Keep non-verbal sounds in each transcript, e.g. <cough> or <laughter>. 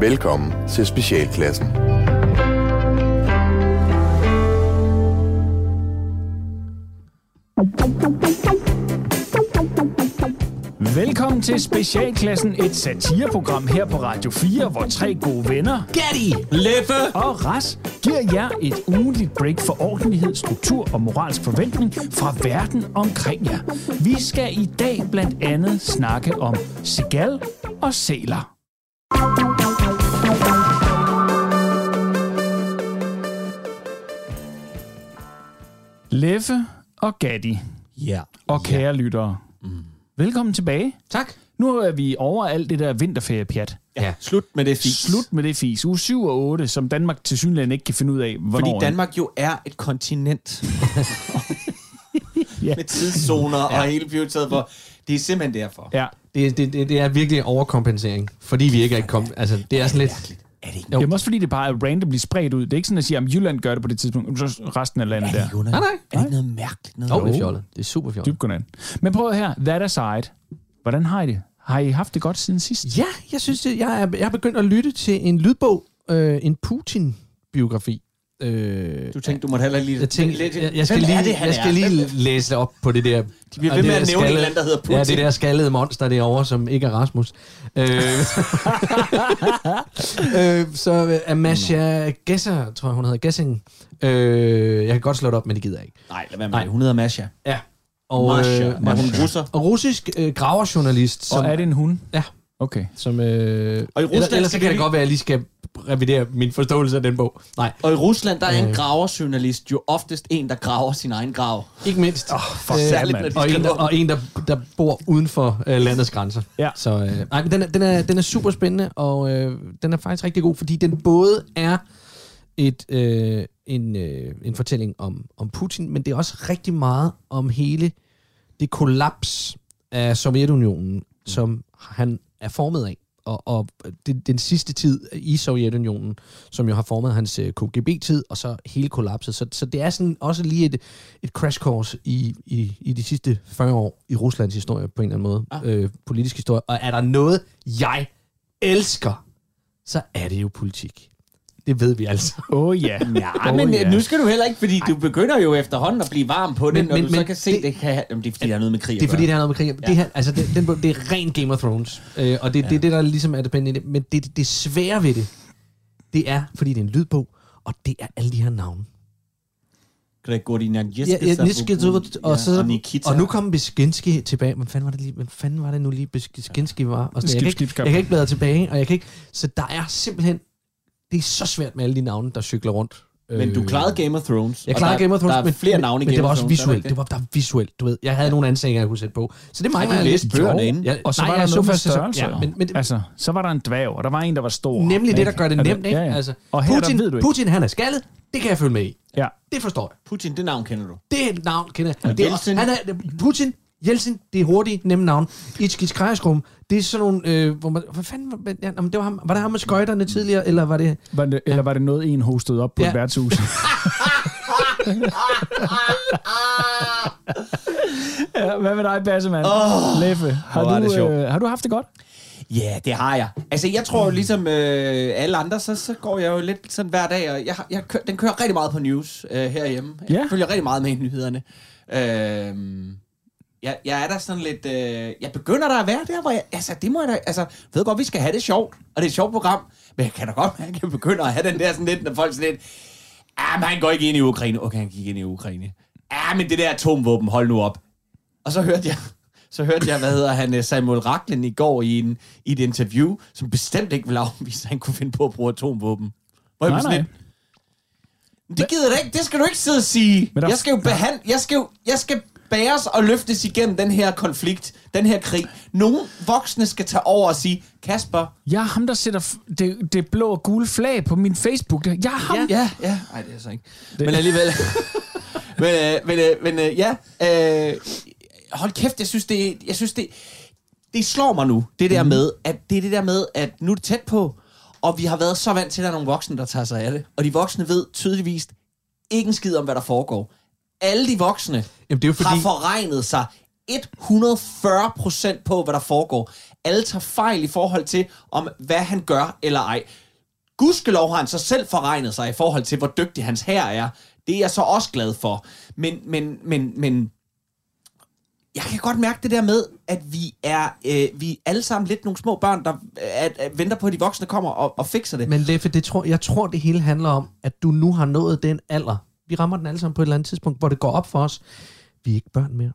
Velkommen til Specialklassen. Velkommen til Specialklassen, et satireprogram her på Radio 4, hvor tre gode venner Gatti, Leffe og Ras giver jer et ugentligt break for ordentlighed, struktur og moralsk forventning fra verden omkring jer. Vi skal i dag blandt andet snakke om segal og sæler. Leffe og Gatti Ja. Mm. og kære lyttere, velkommen tilbage. Tak. Nu er vi over alt det der vinterferiepjat. Ja, slut med det fis. Slut med det fis. Uge 7 og 8, som Danmark til synligheden ikke kan finde ud af, hvornår... Fordi er. Danmark jo er et kontinent. Ja. Med tidszoner <laughs> og hele pivotet for. Det er simpelthen derfor. Ja. Det, det, det, det er virkelig overkompensering, fordi vi ikke er kom... Altså, det er sådan lidt... Er det ikke? Jamen også fordi det bare er randomly spredt ud. Det er ikke sådan at sige, at Jylland gør det på det tidspunkt, så resten af landet der. underligt? Nej, nej. Er det ikke noget mærkeligt? Noget Jo, det er fjollet. Det er super fjollet. Dybt godnat. Men prøv at her, that aside. Hvordan har I det? Har I haft det godt siden sidst? Ja, jeg synes, det, jeg, er, jeg er begyndt at lytte til en lydbog, øh, en Putin-biografi. Øh, Du tænkte, du måtte heller lige... jeg, tænkte, jeg, jeg skal Hvem lige, er det, han jeg skal er? lige læse op på det der... De bliver ved med at nævne en eller anden, der hedder Putin. Ja, det der skaldede monster derovre, som ikke er Rasmus. <laughs> Øh, øh, så øh, Amasha Gesser, tror jeg, hun hedder. Gessing. Øh, jeg kan godt slå det op, men det gider jeg ikke. Nej, lad være med det. Hun hedder Masha. Ja. Og, Masha. øh, Er hun russer? og russisk øh, graverjournalist. Og er det en hund? Ja. Okay. Som, øh, Og i Rusland ellers, ellers så skal kan det vi- godt være, at jeg lige skal revidere min forståelse af den bog. Nej, Og i Rusland, der er Øh. en graverjournalist jo oftest en, der graver sin egen grav. ikke mindst. Oh, fuck, særligt, når de og, skal en, der, nå. og en, der, der bor uden for øh, landets grænser. Ja. Så, øh, nej, men den er, den, er, den er super spændende, og øh, den er faktisk rigtig god, fordi den både er et, øh, en, øh, en fortælling om, om Putin, men det er også rigtig meget om hele det kollaps af Sovjetunionen, som han er formet af. Og, og det, den sidste tid i Sovjetunionen, som jo har formet hans øh, KGB-tid, og så hele kollapset. Så, så det er sådan også lige et, et crash course i, i, i de sidste 40 år i Ruslands historie, på en eller anden måde. Ah. Øh, politisk historie. Og er der noget, jeg elsker, så er det jo politik. Det ved vi altså. Åh oh, ja. Ja, men ja. øh, nu skal du heller ikke, fordi du begynder jo efterhånden at blive varm på det, Men- når men- du så men kan se, det- det kan have... Jamen, det er fordi, der er noget med krig at Det er fordi, gøre. det har noget med krig. Ja. Det, her, altså, det, den, bog- det er ren Game of Thrones. Øh, og det er ja. det, der ligesom er det spændende. i det. Men det, det svære ved det, det er, fordi det er en lydbog, og det er alle de her navne. Gregorina Ja, ja, Niskitov, og, så, og Nikita. og nu kom Beskinski tilbage. Hvad fanden var det, lige, hvad fanden var det nu lige, Beskinski var? Og sådan, Skib, jeg, kan skib, ikke, skab. jeg kan ikke bladre tilbage, og jeg kan ikke... Så der er simpelthen... Det er så svært med alle de navne, der cykler rundt. Men du Øh, klarede Game of Thrones. Jeg og klarede der, Game of Thrones, der er flere men, navne i men Game det var of også Thrones, er der visuelt. ikke Det var der er visuelt, du ved. Jeg havde nogle ansætninger, jeg kunne sætte på. Så det mangler du jeg læste lidt. bøgerne Jo, inden? jeg- Og så nej, var der jeg noget med første sæson. størrelser. Ja, men, men, altså, så var der en dværg, og der var en, der var stor. Nemlig det, der gør det Altså, nemt, ikke? Ja, ja. Altså, og her, Putin, der ved du ikke. Putin, han er skaldet. Det kan jeg følge med i. Ja. Det forstår jeg. Putin, det navn kender du. Det er et navn, kender jeg. Det Jeltsin. er, han er, Putin, Jeltsin, det er hurtige, nemme navn. Itchkis Krejerskum, det er sådan nogle... Øh, hvor man, hvad fanden... var- Ja, nå, men det var, ham, var det ham med skøjterne tidligere, eller var det... Var det, eller var det noget, en hostede op på ja. Ja. et værtshus? <laughs> ja, hvad med dig, Bassemand? Oh, Leffe, har hvor er det du, sjovt. øh, har du haft det godt? Ja, yeah, det har jeg. Altså, jeg tror jo ligesom øh, alle andre, så, så går jeg jo lidt sådan hver dag, og jeg, har- jeg kører, den kører rigtig meget på news øh, herhjemme. Jeg Ja. følger rigtig meget med i nyhederne. Øh, jeg, jeg er der sådan lidt... Øh, jeg begynder der at være der, hvor jeg... Altså, det må jeg da... Altså, jeg ved godt, vi skal have det sjovt, og det er et sjovt program, men jeg kan da godt mærke, at jeg begynder at have den der sådan lidt, når folk sådan lidt... Ah, men han går ikke ind i Ukraine. Okay, han gik ind i Ukraine. Ah, men det der atomvåben, hold nu op. Og så hørte jeg, så hørte jeg, hvad hedder han, øh, Samuel Raglen i går i, en, i et interview, som bestemt ikke ville afvise, at han kunne finde på at bruge atomvåben. Hvor jeg Nej, blev sådan nej. lidt, "Men Det gider jeg ikke, det skal du ikke sidde og sige. Men der- Jeg skal jo behandle, jeg skal, jo, jeg skal bæres og løftes igennem den her konflikt, den her krig. Nogle voksne skal tage over og sige, Kasper, Jeg er ham, der sætter f- det, det blå og gule flag på min Facebook. Jeg er ham. Ja, ja. Nej, det er så ikke. Det. Men <laughs> alligevel. men, øh, men, øh, men øh, ja. Øh, hold kæft, jeg synes, det, jeg synes det, det slår mig nu, det der med, at det er det der med, at nu er det tæt på, og vi har været så vant til, at der er nogle voksne, der tager sig af det. Og de voksne ved tydeligvis ikke en skid om, hvad der foregår. Alle de voksne Jamen, det er jo har fordi... forregnet sig 140 procent på, hvad der foregår. Alle tager fejl i forhold til, om hvad han gør eller ej. Gudskelov har han så selv forregnet sig i forhold til, hvor dygtig hans her er. Det er jeg så også glad for. Men, men, men, men jeg kan godt mærke det der med, at vi er, øh, vi er alle sammen lidt nogle små børn, der øh, at, at venter på, at de voksne kommer og, og fikser det. Men Leffe, det tror, jeg tror, det hele handler om, at du nu har nået den alder. Vi rammer den alle sammen på et eller andet tidspunkt, hvor det går op for os. Vi er ikke børn mere.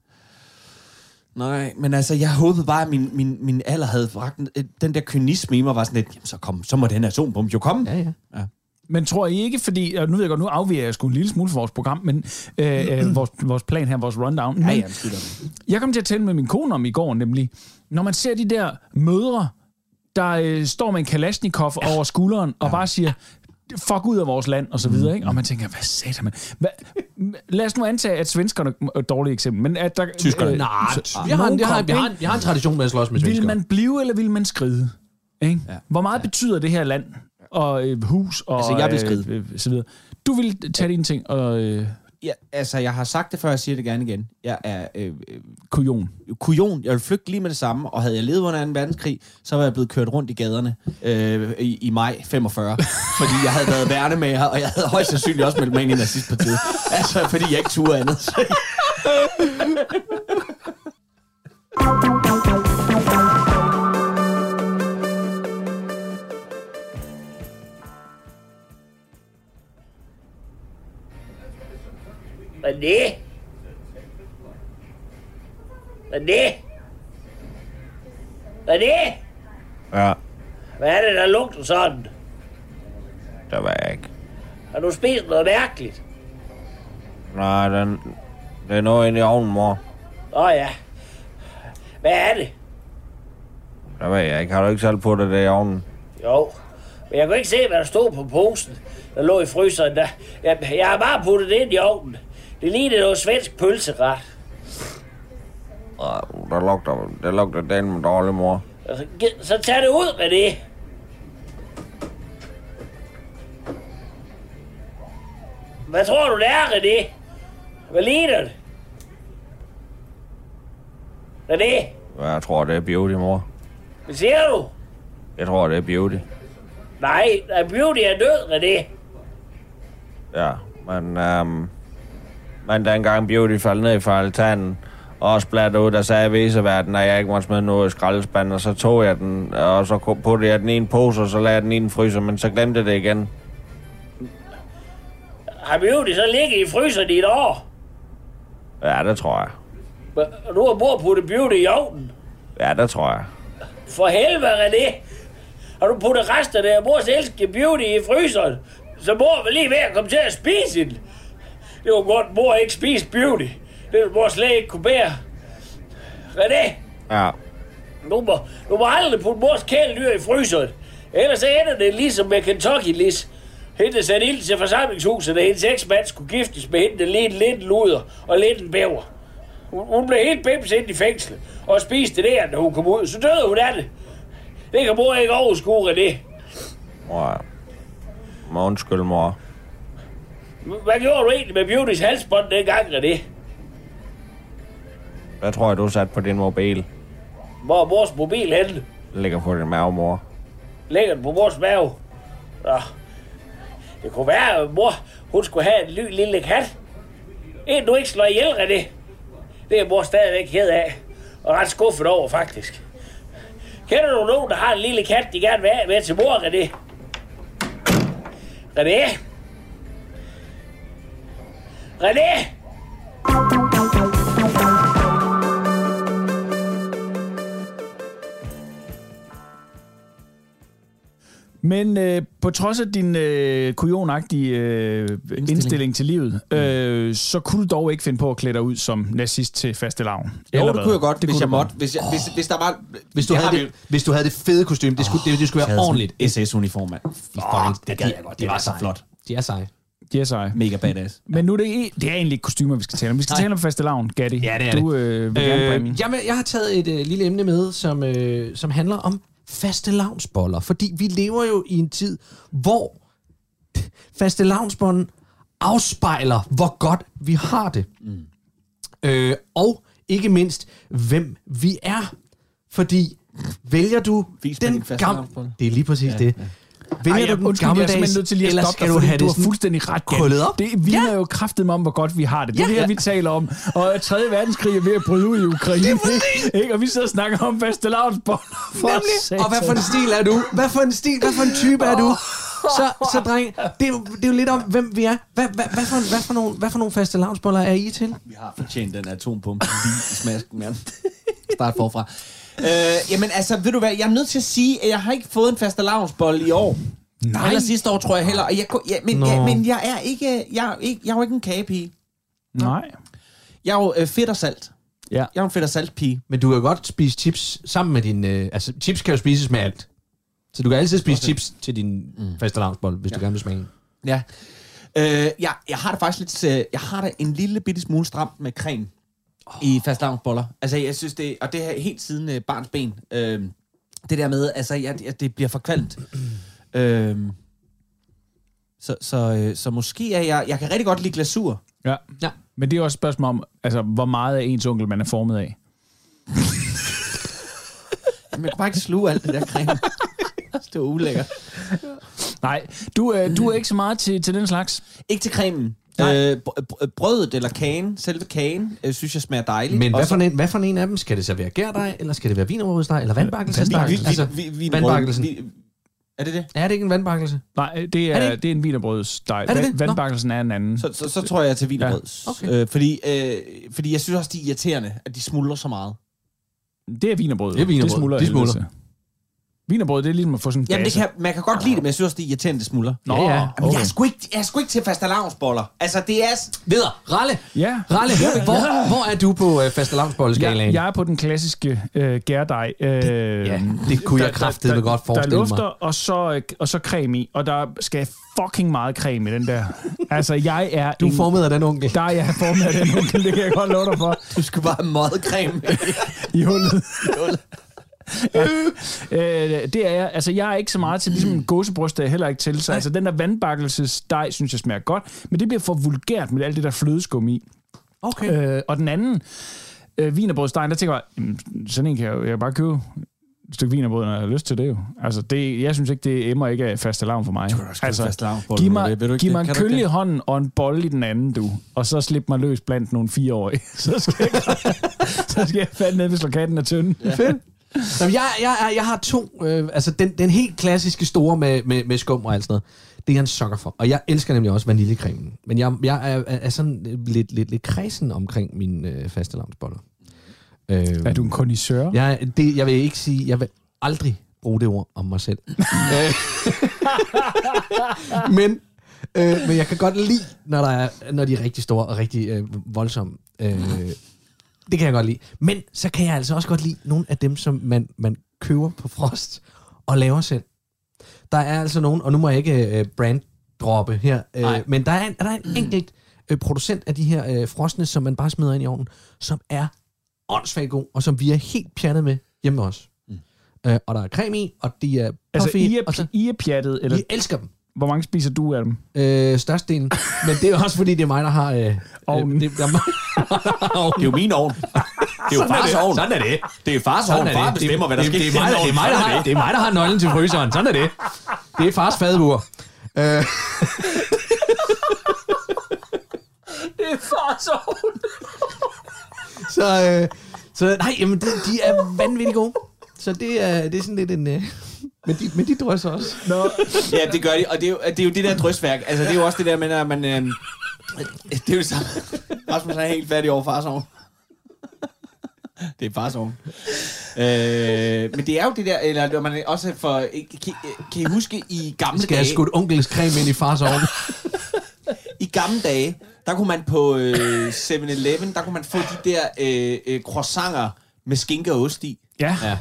Nej, men altså, jeg håbede bare, at min, min, min alder havde bragt en- øh, den der kynisme i mig, var sådan lidt, jamen så kom, så må den atombombe jo komme. Ja, ja. Men tror I ikke, fordi, og nu ved jeg godt, nu afviger jeg sgu en lille smule fra vores program, men øh, øh, vores, vores plan her, vores rundown. Men Mm. Ja, ja, skidt om det. Jeg kom til at tale med min kone om i går nemlig, når man ser de der mødre, der øh, står med en kalashnikov ja. over skulderen og ja. bare siger, fuck ud af vores land, og Mm. så videre, ikke? Og man tænker, hvad sagde man? Hvad? Lad os nu antage, at svenskerne er et dårligt eksempel, men at der... øh, Tyskerne. Øh, Nej, så- vi har, en, nogen vi, har, kom, vi, har, ikke? en- vi har en tradition med at slås med Vil svenskere. man blive, eller vil man skride? Ikke? Ja. Hvor meget ja. betyder det her land og øh, hus og Altså, jeg vil skride. Øh, øh, så videre. Du vil tage dine ting og øh, Ja, altså, jeg har sagt det før, jeg siger det gerne igen. Jeg er øh, øh, kujon. kujon, jeg vil flygte lige med det samme, og havde jeg levet under 2. verdenskrig, så var jeg blevet kørt rundt i gaderne øh, i, i maj 45, fordi jeg havde været værnemager, og jeg havde højst sandsynligt også meldt mig ind i nazistpartiet. Altså, fordi jeg ikke turde andet. Så René? René? René? Ja, Hvad er det, der lugter sådan? der var jeg ikke. Har du spist noget mærkeligt? Nej, den, det er noget inde i ovnen, mor. Nå ja. Hvad er det? Der var jeg ikke. Har du ikke selv på det der i ovnen? Jo. Men jeg kunne ikke se, hvad der stod på posen, der lå i fryseren. Der. Jeg, jeg har bare puttet det ind i ovnen. Det lignede noget svensk pølseret. Ah, Der lugter, der lugter den med dårlig, mor. Altså, gi- Så tag det ud med det. Hvad tror du, det er, René? Hvad ligner det? René, Jeg tror, det er beauty, mor. hvad siger du? Jeg tror, det er beauty. Nej, der beauty er død, René. Ja, men, øhm, men dengang beauty faldt ned fra altanen, og splat ud, der sagde viseverden, at jeg ikke måtte smide noget i skraldespanden, og så tog jeg den, og så ko- puttede jeg den i en pose, og så lagde jeg den i en fryser, men så glemte jeg det igen. Har beauty så ligget i fryseren i et år? Ja, det tror jeg. Hva- Og du har bor puttet beauty i ovnen. Ja, det tror jeg. For helvede, René. Har du puttet rester af mors elskede beauty i fryseren? Så mor var lige ved at komme til at spise den. Det var godt, mor ikke spiste beauty. Det var mor slet ikke kunne bære. René, Ja. du må, du må aldrig putte mors kæledyr i fryseren. Ellers så ender det ligesom med Kentucky Liz. Hende der satte ild til forsamlingshuset, da hendes eksmand skulle giftes med hende, der lidt lidt luder og lidt en bæver. Hun, hun blev helt bims ind i fængslet og spiste det der, da hun kom ud. Så døde hun af det. Det kan mor ikke overskue, René. Mor, må undskyld, mor. Hvad gjorde du egentlig med Beautys halsbånd dengang, René? Hvad tror jeg, du satte på din mobil? Hvor er mors mobil henne? Den ligger på din mave, mor. Lægger den på mors mave? Nå. Det kunne være, at mor hun skulle have en ly lille kat. En, du ikke slår ihjel, René. Det er mor stadigvæk ked af. Og ret skuffet over, faktisk. Kender du nogen, der har en lille kat, de gerne vil have med til mor, René? René? René? Men øh, på trods af din øh, kujonagtige øh, indstilling. indstilling til livet, Mm. øh, så kunne du dog ikke finde på at klæde dig ud som nazist til faste lavn. Jo, det kunne jeg godt, det hvis kunne du jeg måtte. Hvis, jeg, hvis, hvis der var... Hvis du, Jeg havde har det, hvis du havde det fede kostume, det skulle, det, det skulle være ordentligt. SS-uniform, mand. Oh, det gad jeg godt. Det var så flot. De er seje. Yes, I. Mega badass. Men nu er det, i- det er egentlig ikke kostymer, vi skal tale om. Vi skal tale om faste lavn, Gatti. Ja, det er du, Øh, vil gerne bringe. Øh, jamen, jeg har taget et øh, lille emne med, som, øh, som handler om faste lavnsboller. Fordi vi lever jo i en tid, hvor faste lavnsbollen afspejler, hvor godt vi har det. Mm. Øh, og ikke mindst, hvem vi er. Fordi vælger du Vis mig den din faste gamle... navn. Det er lige præcis ja, det. Vælger Ej, du den undskyld, jeg er gammeldags, simpelthen nødt til lige at eller stoppe skal dig, du fordi have du det har sådan- fuldstændig ret, Jan. krøllet op? Det vidner jo kraftet mig om, hvor godt vi har det. Det er Ja, det her, ja. vi taler om. Og at 3. verdenskrig er ved at bryde ud i Ukraine. ikke? Og vi sidder og snakker om fastelavnsboller. For Nemlig. Og hvad for en stil er du? Hvad for en stil, hvad for en type er du? Så, så dreng, det er, jo, det er jo lidt om, hvem vi er. Hvad, hvad, hvad, for, en- hvad, for, nogle, hvad for nogle faste lavnsboller er I til? Vi har fortjent den atompumpe lige i smasken, mand. Start forfra. Øh, jamen altså, ved du hvad, jeg er nødt til at sige, at jeg har ikke fået en fast i år. Nej. Eller sidste år, tror jeg heller. Og jeg, kunne- ja, men, Nå. ja, men jeg er ikke, jeg, er ikke, jeg er jo ikke en kagepige. Nej. Jeg er jo øh, fedt og salt. Ja. Jeg er jo en fedt og salt pige. Men du kan godt spise chips sammen med din... Øh, altså, chips kan jo spises med alt. Så du kan altid spise chips til din mm. faste lavnsbolle, hvis ja. du gerne vil smage en. Ja. Øh, jeg, jeg har det faktisk lidt... øh, Jeg har det en lille bitte smule stramt med creme oh. i fastelavnsboller. Altså, jeg synes det... Og det her helt siden øh, barns ben. Øh, det der med, altså, jeg, jeg, det bliver for kvalmt. <clears throat> øh, så, så, øh, så måske er jeg... Jeg kan rigtig godt lide glasur. Ja. Ja. Men det er også et spørgsmål om, altså, hvor meget af ens onkel, man er formet af. Men jeg kan bare ikke sluge alt det der creme. <laughs> det er ulækkert. Nej, du, øh, du er ikke så meget til, til den slags. Ikke til cremen. Øh, br- br- brødet eller kagen, selve kagen, øh, synes jeg smager dejligt. Men Og hvad så- for, en, hvad for en af dem? Skal det så være gærdej, eller skal det være vinerødsteg, eller vandbakkelsesdej? Vi- vi- Altså, vi- vi- vandbakkelsen. vi- Er det det? Er det ikke en vandbakkelse? Nej, det er, Er er, det det ikke? det er en vinerbrødsdej. Er det det? Nå. Vand- Vandbakkelsen er en anden. Så, så, så tror jeg til vinerbrød. Ja. Ja. Okay. Okay. Øh, fordi, øh, fordi jeg synes også, de er irriterende, at de smuldrer så meget. Det er vinerbrød. Det er wienerbrød. Det smuldrer. De af helvede smuldrer. til. Wienerbrød, det er ligesom at få sådan en Jamen, det gasse. kan, man kan godt lide det, men jeg synes også, de er irriterende, de smuldrer. Nå, altså- Ja, ja. Jamen, jeg, okay. er sgu ikke, jeg er sgu ikke til fastalavnsboller. Altså, det er... s- Videre. Ralle. Ja. Ralle, hvor, hvor er du på øh, faste Jeg, jeg er på den klassiske øh, gærdej. Øh, ja, det kunne jeg kraftedeme godt forestille Der mig. lufter, og så, øh, og så creme i, og der skal fucking meget creme i den der. altså, jeg er Du en, er formet af den onkel. Der er jeg formet af den onkel, det kan jeg godt love dig <laughs> for, Du skal bare have meget creme. <laughs> i hullet. Ja. Øh, det er jeg. Altså, jeg er ikke så meget til ligesom en gåsebryst, er jeg heller ikke til. Så altså, den der vandbakkelsesdej, synes jeg smager godt. Men det bliver for vulgært med alt det der flødeskum i. Okay. Øh, og den anden, øh, vinerbrødsdejen, der tænker jeg, bare, "Jamen, sådan en kan jeg, jo- jeg kan bare købe et stykke vinerbrød, når jeg har lyst til det jo. Altså, det, jeg synes ikke, det emmer ikke af faste for mig. altså, fastelavnsbolle, giv Ole. mig, Ved du ikke giv det? mig en Kan du ikke kølle i det? hånden og en bolle i den anden, du. Og så slip mig løs blandt nogle fireårige. <laughs> så skal jeg, så skal jeg fandme ned, hvis katten er tynd. Ja. Nå, men jeg, jeg, jeg, jeg har to, øh, altså den, den helt klassiske store med, med, med skum og alt sådan noget, det er jeg en sokker for. Og jeg elsker nemlig også vaniljecremen. Men jeg, jeg er, er, er sådan øh, lidt, lidt, lidt kredsen omkring mine øh, faste lavnsboller. Øh, Er du en kondisør? Ja. jeg, det, jeg vil ikke sige, jeg vil aldrig bruge det ord om mig selv. Øh, men, øh, men jeg kan godt lide, når, der er, når de er rigtig store og rigtig øh, voldsomme. Øh, det kan jeg godt lide. Men så kan jeg altså også godt lide nogle af dem, som man, man køber på frost og laver selv. Der er altså nogen, og nu må jeg ikke øh, branddroppe her, øh, Nej. men der er, en, der er en enkelt øh, producent af de her øh, frosne, som man bare smider ind i ovnen, som er åndssvagt god, og som vi er helt pjattet med hjemme hos. Mm. Øh, og der er creme i, og de er Altså, puffy, I er, og så, I er pjattet, eller vi elsker dem. hvor mange spiser du af dem? Øh, størstedelen. Men det er jo også, fordi det er mig, der har... Øh, Ovnen. Øh, det, der er mig, Det er jo min ovn. Det er jo fars ovn. Sådan er det. Det er fars ovn. Far bestemmer, hvad der det, skal det, det, er mig, der- det, er mig, der har, det er mig, der har nøglen til fryseren. Sådan er det. Det er fars fadbur. Øh, Det er far så så, øh, så nej, jamen, det, de er vanvittigt gode. Så det er, det er sådan lidt en... Øh, men, de, men de drøser også. Nå, Ja, det gør de. Og det er jo det, er jo det der drysværk. Altså, det er jo også det der med, at man... Øh, det er jo samme. Rasmus er helt færdig over fars ovn. Det er fars ovn. Øh, men det er jo det der, eller når man også for... Kan, kan I huske i gamle Skal jeg dage? skudt onkels creme ind i fars ovn? I gamle dage, der kunne man på øh, 7-Eleven, der kunne man få de der øh, øh, croissanter med skinke og ost i. ja. Ja.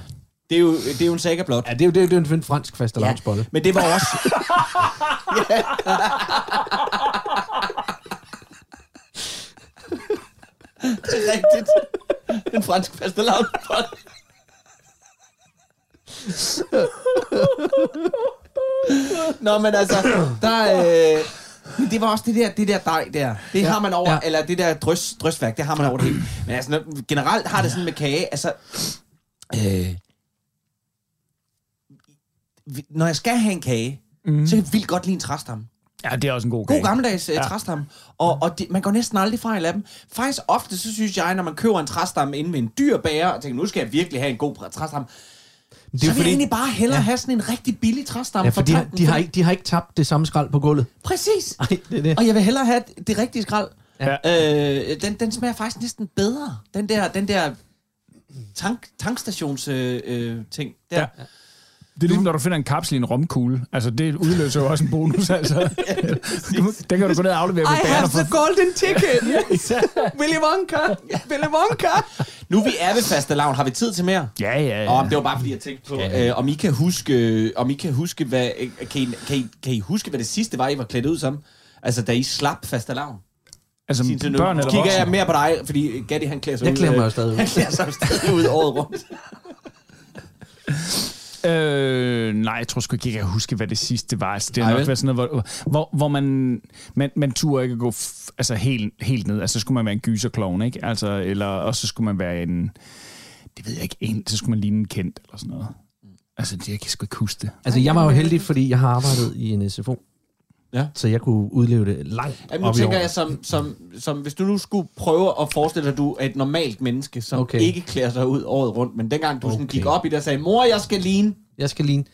Det er jo, det er jo en saga blot. Ja, det er jo det, er jo- det er jo en fransk fastelavnsbolle. Men det var også... det er rigtigt. En fransk fastelavnsbold. Nå, men altså, der, øh, Men det var også det der, det der dej der. Det ja. har man over, ja. ja. eller det der drøs, drøsværk, det har man over det hele. Men altså, når- generelt har det sådan med kage, altså... Øh, vi- når jeg skal have en kage, mm. Mhm. så kan jeg vildt godt lide en træstamme. Ja, det er også en god God kage. gammeldags ja. træstamme. Og, og det, man går næsten aldrig fejl af dem. Faktisk ofte, så synes jeg, når man køber en træstamme inde ved en dyr bager, og tænker, nu skal jeg virkelig have en god præ- træstamme, det er så jo vil jeg fordi- egentlig bare hellere ja. have sådan en rigtig billig træstamme. Ja, for de, har, tanken, de, har ikke, de har ikke tabt det samme skrald på gulvet. Præcis. Nej, det er det. Og jeg vil hellere have det rigtige skrald. Ja. Øh, den, den smager faktisk næsten bedre. Den der, den der tank, tankstations øh, øh, ting der. Ja. Det er ligesom, når du finder en kapsel i en romkugle. Altså, det udløser jo også en bonus, altså. Du må- Den kan du gå ned og aflevere på bageren og få. golden ticket! Willy Wonka! Willy Wonka! Nu vi er ved faste lavn. Har vi tid til mere? Ja, ja, Ja. ja. Om det var bare fordi jeg tænkte på, øh, om I kan huske, øh, om I kan huske, hvad, øh, kan, I, kan, I, kan I huske, hvad det sidste var, I var klædt ud som? Altså, da I slap faste lavn. Altså, Sin til nu. børn eller Kigger voksne. jeg mere på dig, fordi Gatti, han klæder sig Jeg ud. klæder mig øh, jo stadig <laughs> ud. Han klæder sig jo stadig ud året rundt. Øh, nej, jeg tror sgu ikke, jeg kan huske, hvad det sidste var. Altså, det har Nej, nok vel? været sådan noget, hvor, hvor, hvor man, man, man turde ikke at gå f- altså, helt, helt ned. Altså, så skulle man være en gyserklovn, ikke? Altså, eller, og så skulle man være en, det ved jeg ikke, en, så skulle man ligne en kendt, eller sådan noget. Altså, det, jeg kan sgu ikke huske det. Altså, jeg var jo heldig, fordi jeg har arbejdet i en SFO. Ja. Så jeg kunne udleve det langt Jamen, nu <laughs> op i tænker år. jeg, som, som, som, hvis du nu skulle prøve at forestille dig, at du er et normalt menneske, som Okay. okay. ikke klæder sig ud året rundt, men dengang du okay. sådan Okay. gik op i det og sagde, mor, jeg skal ligne. Jeg skal ligne.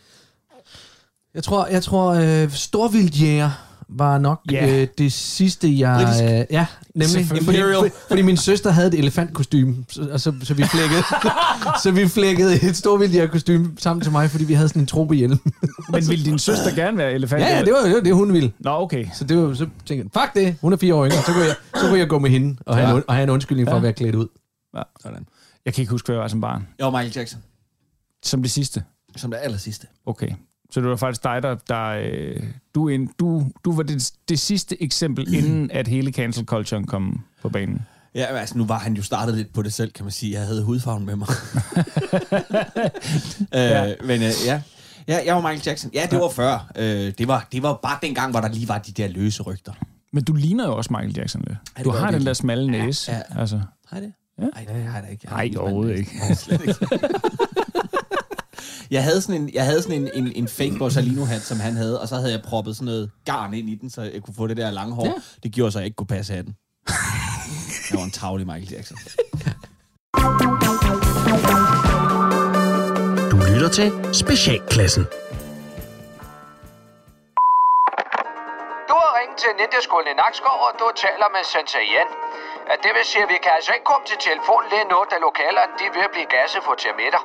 Jeg tror, jeg tror øh, Storvildjæger var nok Ja. yeah. øh, det sidste, jeg... Britisk. Øh, ja, nemlig. Selvfølgelig. Fordi, Imperial. fordi, <laughs> fordi min søster havde et elefantkostyme, så, og så, så, vi flækkede, <laughs> så vi flækkede et storvildjægerkostyme sammen til mig, fordi vi havde sådan en tropehjelm. Men ville din søster gerne være elefant? ja, ja, det eller- var jo det, hun ville. Nå, okay. Så, det var, så tænkte jeg, fuck det, hun er fire år yngre, så kunne jeg, så kunne jeg gå med hende og have, ja. en, und- og have en undskyldning for Ja. at være klædt ud. Sådan. Jeg kan ikke huske, hvad jeg var som barn. Jeg var Michael Jackson, Som det sidste. som det aller sidste. Okay. Så det var faktisk dig, der... der øh, du, er en, du, du var det, det sidste eksempel, Mhm. inden at hele cancel culturen kom på banen. Ja, men altså, nu var han jo startet lidt på det selv, kan man sige. Jeg havde hudfarven med mig. øh, ja. Men øh, ja. ja, jeg var Michael Jackson. Ja, det var før. Øh, det, var, det var bare dengang, hvor der lige var de der løse rygter. Men du ligner jo også Michael Jackson lidt. Ja, det du gør har jeg den der virkelig. smalle næse. Ja, ja. ja. Altså. Har I det? Ja. Ej, nej, jeg har det ikke. Jeg har Nej, ikke overhovedet spandet. ikke. Nej, slet ikke. Jeg havde sådan en, jeg havde sådan en, en, en fake Borsalino-hat, som han havde, og så havde jeg proppet sådan noget garn ind i den, så jeg kunne få det der lange hår. Ja. Det gjorde så, jeg ikke kunne passe hatten. Jeg var en tavlig Michael Jackson. Du lytter til Specialklassen. Du har ringet til Ninjaskolen i Nakskov, og du taler med Sensei Jan. Ja, det vil sige, at vi kan altså ikke komme til telefon lige nu, da lokalerne de er ved at blive gasset for termitter.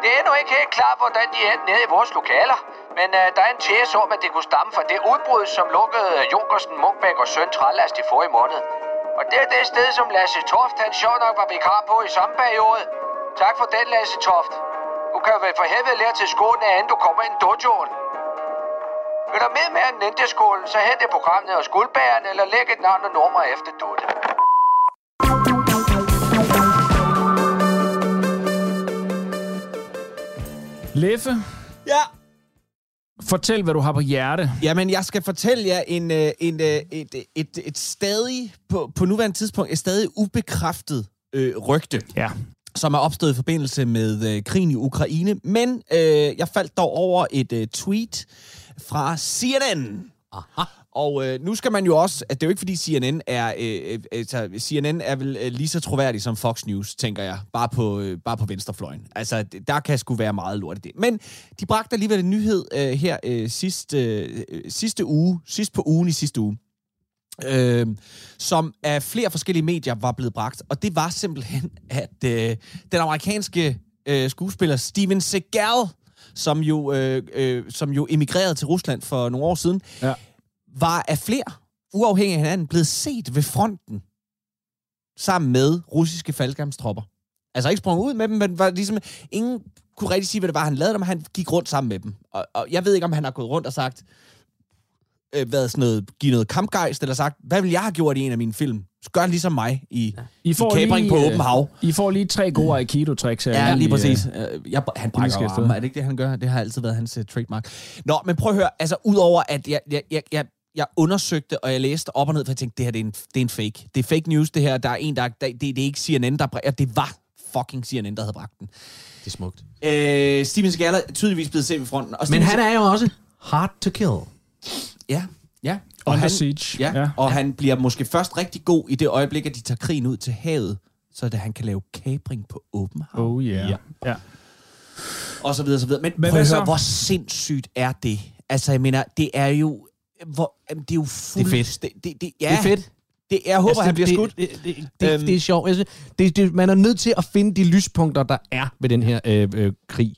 Det er endnu ikke helt klart, hvordan de er endt nede i vores lokaler, men uh, der er en tese om, at det kunne stamme fra det udbrud, som lukkede øh, Junkersen, Munkbæk og Søn Trallast i forrige måned. Og det er det sted, som Lasse Toft, han sjov nok var vikar på i samme periode. Tak for den, Lasse Toft. Du kan vel for helvede lære til skolen, at inden du kommer ind i dojoen. Vil du med med en ninjaskolen, så hent det program ned hos guldbæren, eller læg et navn og nummer efter Dutte. Leffe, Ja, fortæl, hvad du har på hjerte. Jamen, jeg skal fortælle jer en, øh, en, øh, et, et, et, et stadig, på, på nuværende tidspunkt, et stadig ubekræftet øh, rygte, Ja. som er opstået i forbindelse med øh, krigen i Ukraine. Men øh, jeg faldt dog over et øh, tweet fra CNN. Aha. Og øh, nu skal man jo også, at det er jo ikke fordi CNN er, øh, øh, altså, CNN er vel øh, lige så troværdig som Fox News, tænker jeg, bare på, øh, bare på venstrefløjen. Altså, d- der kan sgu være meget lort i det. Men de bragte alligevel en nyhed øh, her øh, sidste, øh, sidste uge, sidst på ugen i sidste uge, øh, som af flere forskellige medier var blevet bragt. Og det var simpelthen, at øh, den amerikanske øh, skuespiller Steven Seagal, som jo, øh, øh, som jo emigrerede til Rusland for nogle år siden, Ja. var af flere, uafhængig af hinanden, blevet set ved fronten sammen med russiske faldskærmstropper. Altså ikke sprunget ud med dem, men var ligesom, ingen kunne rigtig sige, hvad det var, han lavede dem, han gik rundt sammen med dem. Og, og jeg ved ikke, om han har gået rundt og sagt, øh, været sådan noget, give noget kampgejst, eller sagt, hvad vil jeg have gjort i en af mine film? Gør ligesom mig i, ja. i, kapring på øh, åben hav. Mm. I får lige tre gode aikido-tricks her. Ja, lige øh, præcis. Øh, Jeg, han brækker skal jo afsted. øh, arme. Er det ikke det, han gør? Det har altid været hans uh, trademark. Nå, men prøv at høre. Altså, udover at jeg, jeg, jeg, jeg, jeg undersøgte, og jeg læste op og ned, for jeg tænkte, det her det er, en, det er en fake. Det er fake news, det her. Der er en, der... der det, det er ikke CNN, der... br- Ja, det var fucking CNN, der havde bragt den. Det er smukt. Øh, Steven Seagal er tydeligvis blevet set ved fronten. Og Men Steven han er jo også hard to kill. Ja, ja. Under siege. Ja, Ja. ja, og han bliver måske først rigtig god i det øjeblik, at de tager krigen ud til havet, så det han kan lave kapring på åben hav. Oh yeah. Ja. Ja. ja. Og så videre, så videre. Men, Men prøv hvad at så? høre, hvor sindssygt er det? Altså, jeg mener, det er jo... Hvor, jamen, det er jo fuld... Det er fedt. Det, det, det, ja, Det er fedt. Det, jeg håber, altså, han bliver det, skudt. Det, det, det, det, Øhm. det er sjovt. Jeg synes, det, det, man er nødt til at finde de lyspunkter, der er ved den her øh, øh, krig,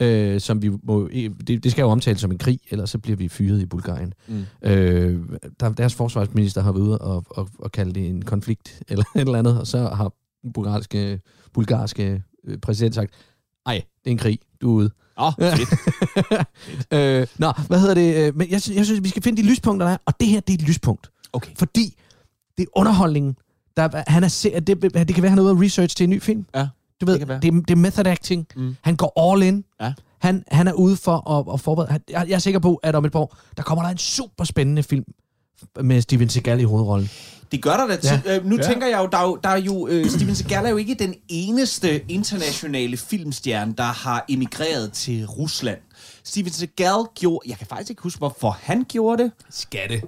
øh, som vi må... øh, Det, det skal jo omtales som en krig, ellers så bliver vi fyret i Bulgarien. Mm. Øh, der, deres forsvarsminister har været ude og, og, og kalde det en konflikt, <laughs> eller et eller andet, og så har den bulgarske, bulgarske øh, præsident sagt, nej, det er en krig, du er ude. Åh, oh, <laughs> fedt. <laughs> Øh, nå, hvad hedder det? Øh, Men jeg synes, jeg synes, vi skal finde de lyspunkter, der er, og det her, det er et lyspunkt. Okay. Fordi det er underholdningen. Der, er- han er, se- det, det kan være, han er ude og research til en ny film. Ja, du ved, kan være. det, er- det er method acting. Mm. Han går all in. Ja. Han, han er ude for at, at forberede. Han, jeg, jeg er sikker på, at om et par år, der kommer der en super spændende film med Steven Seagal i hovedrollen. Det gør der da til. Ja. Øh, nu ja. tænker jeg jo, der er jo, der er jo øh, Steven Seagal er jo ikke den eneste internationale filmstjerne, der har emigreret til Rusland. Steven Seagal gjorde... Jeg kan faktisk ikke huske, hvorfor han gjorde det. Skatte.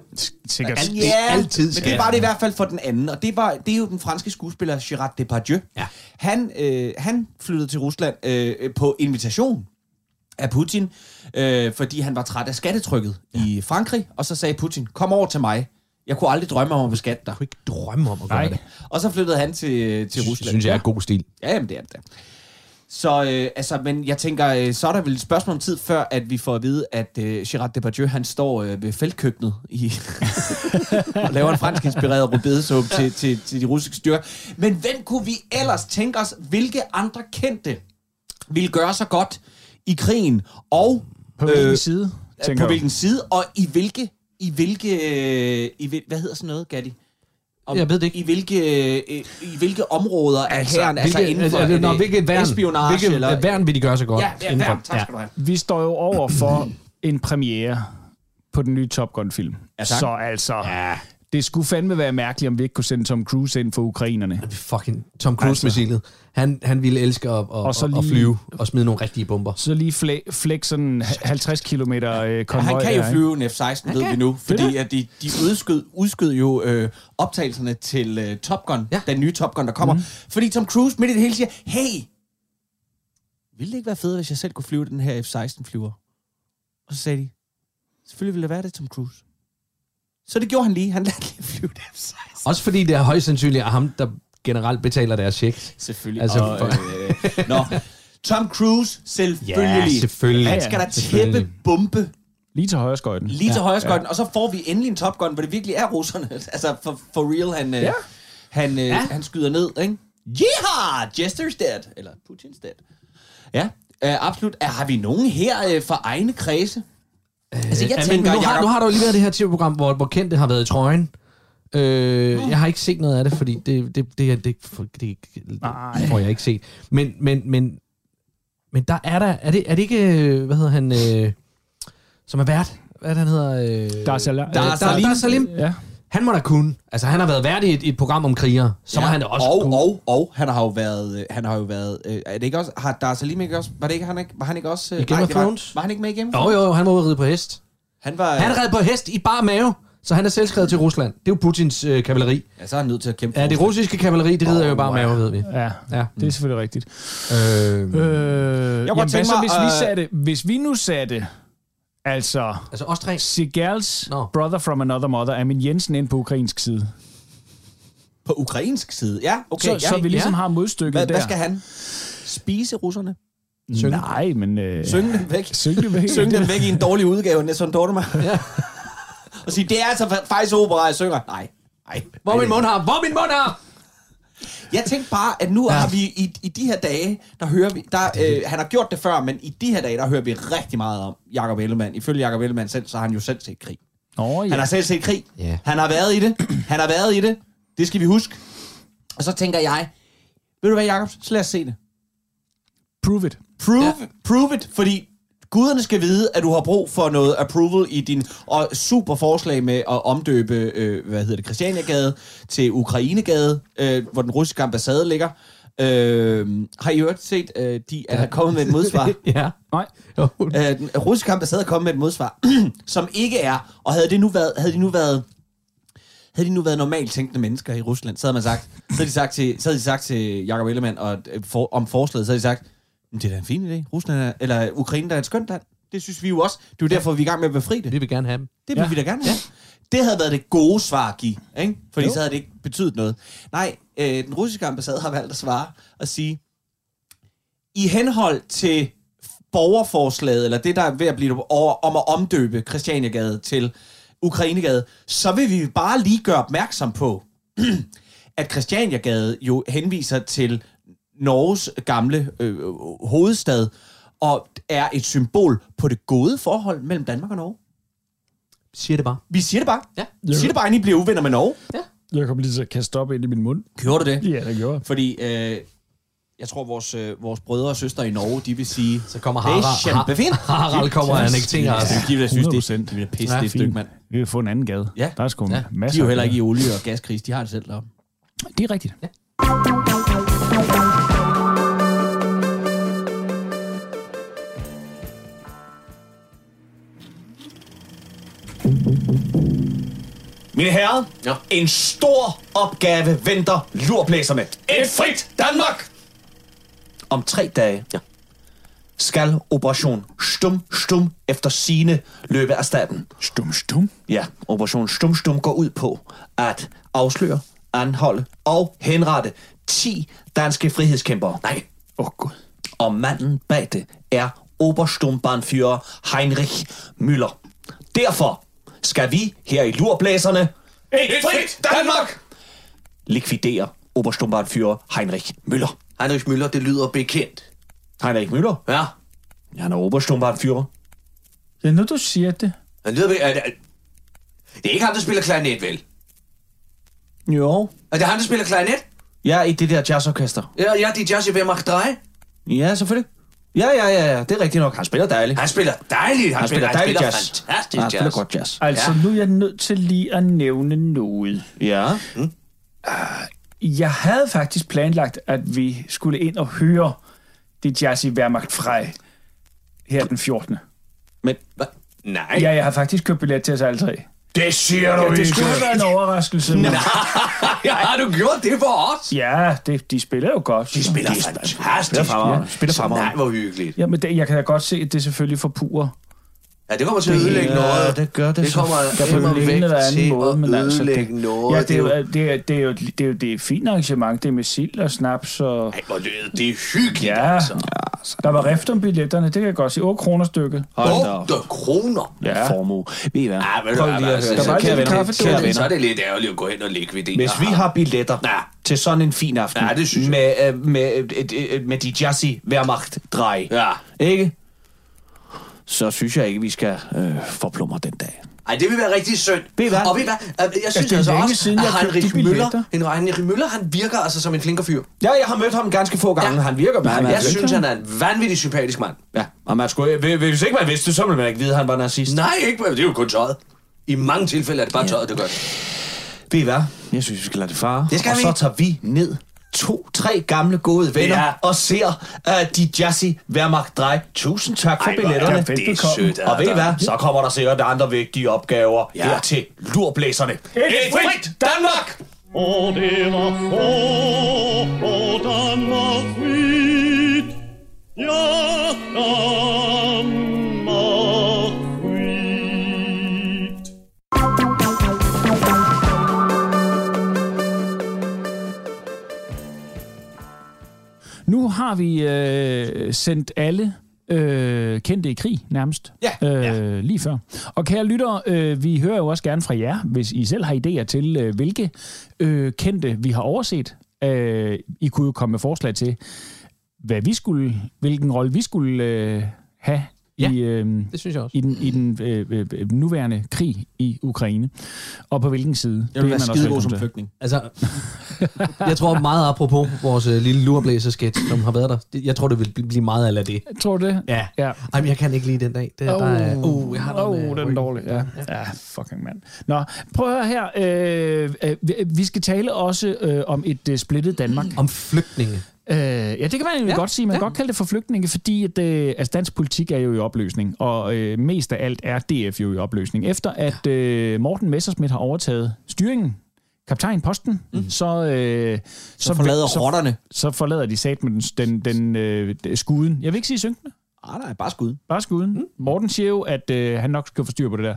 Sikkert. Ja, det er altid men det skat. var det i hvert fald for den anden, og det, var, det er jo den franske skuespiller Gerard Depardieu. Ja. Han, øh, han flyttede til Rusland øh, øh, på invitation af Putin, øh, fordi han var træt af skattetrykket ja. i Frankrig, og så sagde Putin, kom over til mig. Jeg kunne aldrig drømme om at beskatte dig. Jeg kunne ikke drømme om at gøre Nej. det. Og så flyttede han til, til Det Rusland. synes jeg er god stil. Ja, jamen, det er det. da. Så, øh, altså, men jeg tænker, øh, så er der vel et spørgsmål om tid, før at vi får at vide, at øh, Gerard Depardieu, han står øh, ved feltkøkkenet i, <laughs> og laver en fransk inspireret rubedesuppe til, til, til de russiske styrker. Men hvem kunne vi ellers tænke os, hvilke andre kendte ville gøre sig godt i krigen, og øh, På hvilken side, tænker på du? hvilken side, og i hvilke, i hvilke, øh, i, hvil- hvad hedder sådan noget, Gatti? Om, Jeg ved det ikke. I hvilke, øh, i hvilke områder altså, er herren, altså hvilke, inden for altså, nå, øh, hvilket værn, espionage? hvilket eller, værn vil de gøre så godt? ja, ja, indenfor? værn, tak skal du have. Vi står jo over for en premiere på den nye Top Gun-film. Ja, tak. Så altså, ja. det skulle fandme være mærkeligt, om vi ikke kunne sende Tom Cruise ind for ukrainerne. fucking Tom Cruise-missilet. Han, han ville elske at, at, og Altså. så at, at lige- flyve og smide nogle rigtige bomber. Så lige flæ- flæk sådan 50 km øh, konvoj. Ja, han kan jo der, ikke? flyve en F-16, ved vi nu, fordi at de, de udskød, udskød jo øh, optagelserne til øh, Top Gun, Ja. ja. den nye Top Gun, der kommer. Mm. Mhm. Fordi Tom Cruise midt i det hele siger, hey, ville det ikke være fedt, hvis jeg selv kunne flyve den her F-16-flyver? Og så sagde de, selvfølgelig ville det være det, Tom Cruise. Så det gjorde han lige. Han lærte lige at flyve den F-16. Også fordi det er højst sandsynligt er ham, der generelt betaler deres check. Selvfølgelig. Altså, Altså, og, for- øh, øh, nå, Tom Cruise, selvfølgelig. Ja, selvfølgelig. Han skal da tæppe Selvfølgelig. bombe Lige til højreskøjten. lige ja, til højreskøjten, ja. og så får vi endelig en Top Gun, hvor det virkelig er russerne. <laughs> altså, for, for real, han, ja. han, ja. han skyder ned, ikke? Yeehaw! Jester's dead. Eller Putin's dead. Ja, øh, absolut. Er, har vi nogen her øh, fra egne kredse? altså, jeg Øh, Ja, men tænker, nu, har, Jacob- nu har der jo lige været det her tv-program, hvor, hvor kendte har været i trøjen. Øh, Uh. Jeg har ikke set noget af det, fordi det, det, det, er- det, det, det, det får jeg ikke set. Men, men, men, men der er der... Er det, er det ikke... øh, Hvad hedder han? Øh, som er vært? Hvad er det, han hedder? Øh, Der er Salim. Der er Salim. Der er Salim. Ja. Han må da kunne. Altså, han har været vært i et, i et program om kriger. Så må Ja, han da også og, kunne. og, og, han har jo været, øh, han har jo været, øh, er det ikke også, har Dar Salim ikke også, var det ikke, han ikke, var han ikke også, øh, I Game of det var- Thrones? Var, han ikke med i Game of Jo, jo, han var ude at ride på hest. Han var, Han red på hest i bar mave, så han er selvskrevet til Rusland. Det er jo Putins øh, kavaleri. ja, så er han nødt til at kæmpe Ja, det for russiske kavaleri, det rider jo bare mave, ved vi. Ja, Ja. ja, det er selvfølgelig rigtigt. Øh, Øh, jeg jamen, hvad tænke så, mig, hvis, vi øh, satte, hvis vi nu satte, altså, altså os tre. Sigals Nå. no. brother from another mother, Amin Jensen ind på ukrainsk side. På ukrainsk side, ja, okay. Okay, ja. så, så vi ligesom ja. har modstykket hvad, der. hvad skal han? Spise russerne? synge? Nej, men... Øh, Synge dem væk? Synge det væk. synge den væk i en dårlig udgave af Nessun Dorma. Ja. <laughs> og sige, det er altså fa- faktisk opera, jeg synger. Nej. Nej. Hvor min mund har, hvor min mund har! Jeg tænkte bare, at nu ja. har vi i, i de her dage, der hører vi, der, øh, han har gjort det før, men i de her dage, der hører vi rigtig meget om Jakob Ellemann. Ifølge Jakob Ellemann selv, så har han jo selv set krig. Nå, ja. Han har selv set krig. Ja. Han har været i det. Han har været i det. Det skal vi huske. Og så tænker jeg, ved du hvad, Jakob, så lad os se det. Prove it. Prove, ja. prove it, fordi Guderne skal vide, at du har brug for noget approval i din og super forslag med at omdøbe, øh, hvad hedder det, Christianiagade til Ukrainegade, øh, hvor den russiske ambassade ligger. Øh, har I hørt set, øh, de er kommet med et <laughs> modsvar? <laughs> ja. Nej. Jo. Øh, den russiske ambassade er kommet med et modsvar, <clears throat> som ikke er, og havde det nu været, havde de nu været, havde de nu været normalt tænkende mennesker i Rusland, så havde man sagt, så havde de sagt til, så havde de sagt til Jakob Ellemann og, øh, for, om forslaget, så havde de sagt, "Men det er da en fin idé, Rusland er, eller Ukraine der er et skønt land. Det synes vi jo også. Det er jo derfor, vi er i gang med at befri det. Vi Det vil gerne have dem. vil ja. vi da gerne have. Det havde været det gode svar at give, ikke? fordi Jo. jo. så havde det ikke betydet noget. Nej, øh, den russiske ambassade har valgt at svare og sige, i henhold til borgerforslaget, eller det, der er ved at blive over, om at omdøbe Christianiagade til Ukrainegade, så vil vi bare lige gøre opmærksom på, <clears throat> at Christianiagade jo henviser til Norges gamle øh, hovedstad, og er et symbol på det gode forhold mellem Danmark og Norge. Siger det bare. Vi siger det bare. Ja. Vi siger det bare, inden I bliver uvenner med Norge. Jeg kom lige til at kaste op ind i min mund. Gjorde du det? Ja, det gjorde jeg. Fordi øh, jeg tror, vores, øh, vores brødre og søstre i Norge, de vil sige... Så kommer Det er <laughs> Harald. kæmpefint. Har- Harald kommer og annekterer os. Altså, de vil da synes, det, 100%. de vil da pisse Ja, ja, det stykke, Fint. mand. Vi kan få en anden gade. Ja. Der er sgu Ja. ja. De masser er jo heller af ikke i olie- og gaskris. De har det selv deroppe. gader. Det er rigtigt. Ja. Mine herrer, ja. en stor opgave venter lurblæserne. Et frit Danmark! Om tre dage ja. skal Operation Stum Stum efter sine løbe af staten. Stum, stum. Ja, Operation Stum Stum går ud på at afsløre, anholde og henrette 10 danske frihedskæmpere. Nej. Åh oh, gud. Og manden bag det er Obersturmbannführer Heinrich Müller. Derfor skal vi her i Lurblæserne et frit Danmark likvidere Obersturmbannführer Heinrich Müller. Heinrich Müller, det lyder bekendt. Heinrich Müller? Ja. Han er Obersturmbannführer. Ja, nu du siger det. Han lyder bekendt. Det er ikke ham, der spiller klarinet, vel? Jo. Er det ham, der spiller klarinet? Ja, i det der jazzorkester. Ja, ja, det er Jerzy Wehrmacht 3. Ja, selvfølgelig. Ja, ja, ja, ja. Det er rigtigt nok. Han spiller dejligt. Han spiller dejligt. Han, Han spiller dejlig han spiller jazz. fantastisk Han spiller jazz. godt jazz. Altså, ja. nu er jeg nødt til lige at nævne noget. Ah, Ja. Jeg havde faktisk planlagt, at vi skulle ind og høre det Jazzy Wehrmacht Frey her den 14. Men, Hva? Nej. Ja, jeg har faktisk købt billet til os alle tre. Det siger du Det skulle have været en overraskelse. Men Ja, har du gjort det for os? ja, det, de spiller jo godt. De spiller fantastisk. fremragende. Spiller Så fremragende. Nej, hvor hyggeligt. Ja, men det, jeg kan da godt se, at det selvfølgelig forpurer. Ja, det kommer til at ødelægge noget. det gør det, Det kommer Der på den ene eller anden til måde, men at altså... ødelægge det- noget. Ja, det er jo det, er, det, er jo, det, er jo, det er et fint arrangement. Det er med sild og snaps og... Ej, hvor lyder det hyggeligt, Ja, altså. der var rift om billetterne, det kan jeg godt se. 8 kroner stykket. Hold da op. 8 kroner. Ja. Ja. Formue. Ved I hvad? Ja, men Prøv lige altså, at høre. Der var Kære lidt venner, kaffe, kære du- Så venner. er det lidt ærgerligt at gå hen og likvidere. Hvis vi har billetter Ja. til sådan en fin aften Ja, det synes jeg. med, øh, med, øh, øh, øh, med de jazzy Wehrmacht drej, Ja. ikke? Så synes jeg ikke, vi skal øh, forplumre den dag. Ej, det vil være rigtig synd. Ved I hvad? Og ved I hvad? Øh, Jeg synes det er altså længe også, siden, at jeg købte Heinrich de Müller, billetter. en Heinrich Müller, han virker altså som en flinkerfyr. Ja, jeg har mødt ham ganske få gange. Ja. Han virker meget. Jeg synes, han er en vanvittig sympatisk mand. Ja, og man skulle, øh, hvis ikke man vidste det, så ville man ikke vide, at han var nazist. Nej, ikke bare. Det er jo kun tøjet. I mange tilfælde er det bare tøjet, der gør det. Ved I hvad? Jeg synes, vi skal lade det fare. Det skal og vi. så tager vi ned to-tre gamle gode venner Ja. ja. og ser uh, de jazzy Wehrmacht Drej. Tusind tak for Ej, hvor er billetterne. det sødt af og ved I dig. hvad? Så kommer der sikkert andre vigtige opgaver Ja. ja. her til lurblæserne. Et frit Danmark! Nu har vi øh, sendt alle øh, kendte i krig nærmest. Ja, øh, ja. Lige før. Og kære lyttere, øh, vi hører jo også gerne fra jer, hvis I selv har idéer til, øh, hvilke øh, kendte vi har overset. Øh, I kunne jo komme med forslag til, hvad vi skulle, hvilken rolle vi skulle øh, have ja, Ja, i, øh, Det synes jeg også. i den, i den øh, øh, øh, nuværende krig i Ukraine, og på hvilken side. Jeg vil være skidegod velkommen som til. flygtning. Altså, <laughs> jeg tror meget apropos vores øh, lille lurblæser-sketch, som har været der. Det- Jeg tror, det vil bl- blive meget af det. Tror du det? Ja. ja. Ej, men jeg kan ikke lide den dag. Det, oh. der er, uh, jeg har noget oh, med den er ryggen. dårlig. Ja. ja, fucking mand. Nå, prøv at høre her. Øh, øh, vi- vi skal tale også øh, om et øh, splittet Danmark. Om flygtninge. Øh, ja, det kan man egentlig ja, godt sige. Man kan ja. godt kalde det for flygtninge, fordi at, øh, altså dansk politik er jo i opløsning, og øh, mest af alt er DF jo i opløsning. Efter at øh, Morten Messerschmidt har overtaget styringen, kaptajnposten, mm. så, øh, så, Så forlader så, rotterne. så forlader de sat med den, den, den øh, skuden. Jeg vil ikke sige synkende. Ah, nej, bare skud. Bare skuden. Mm. Morten siger jo, at øh, han nok skal få styr på det der.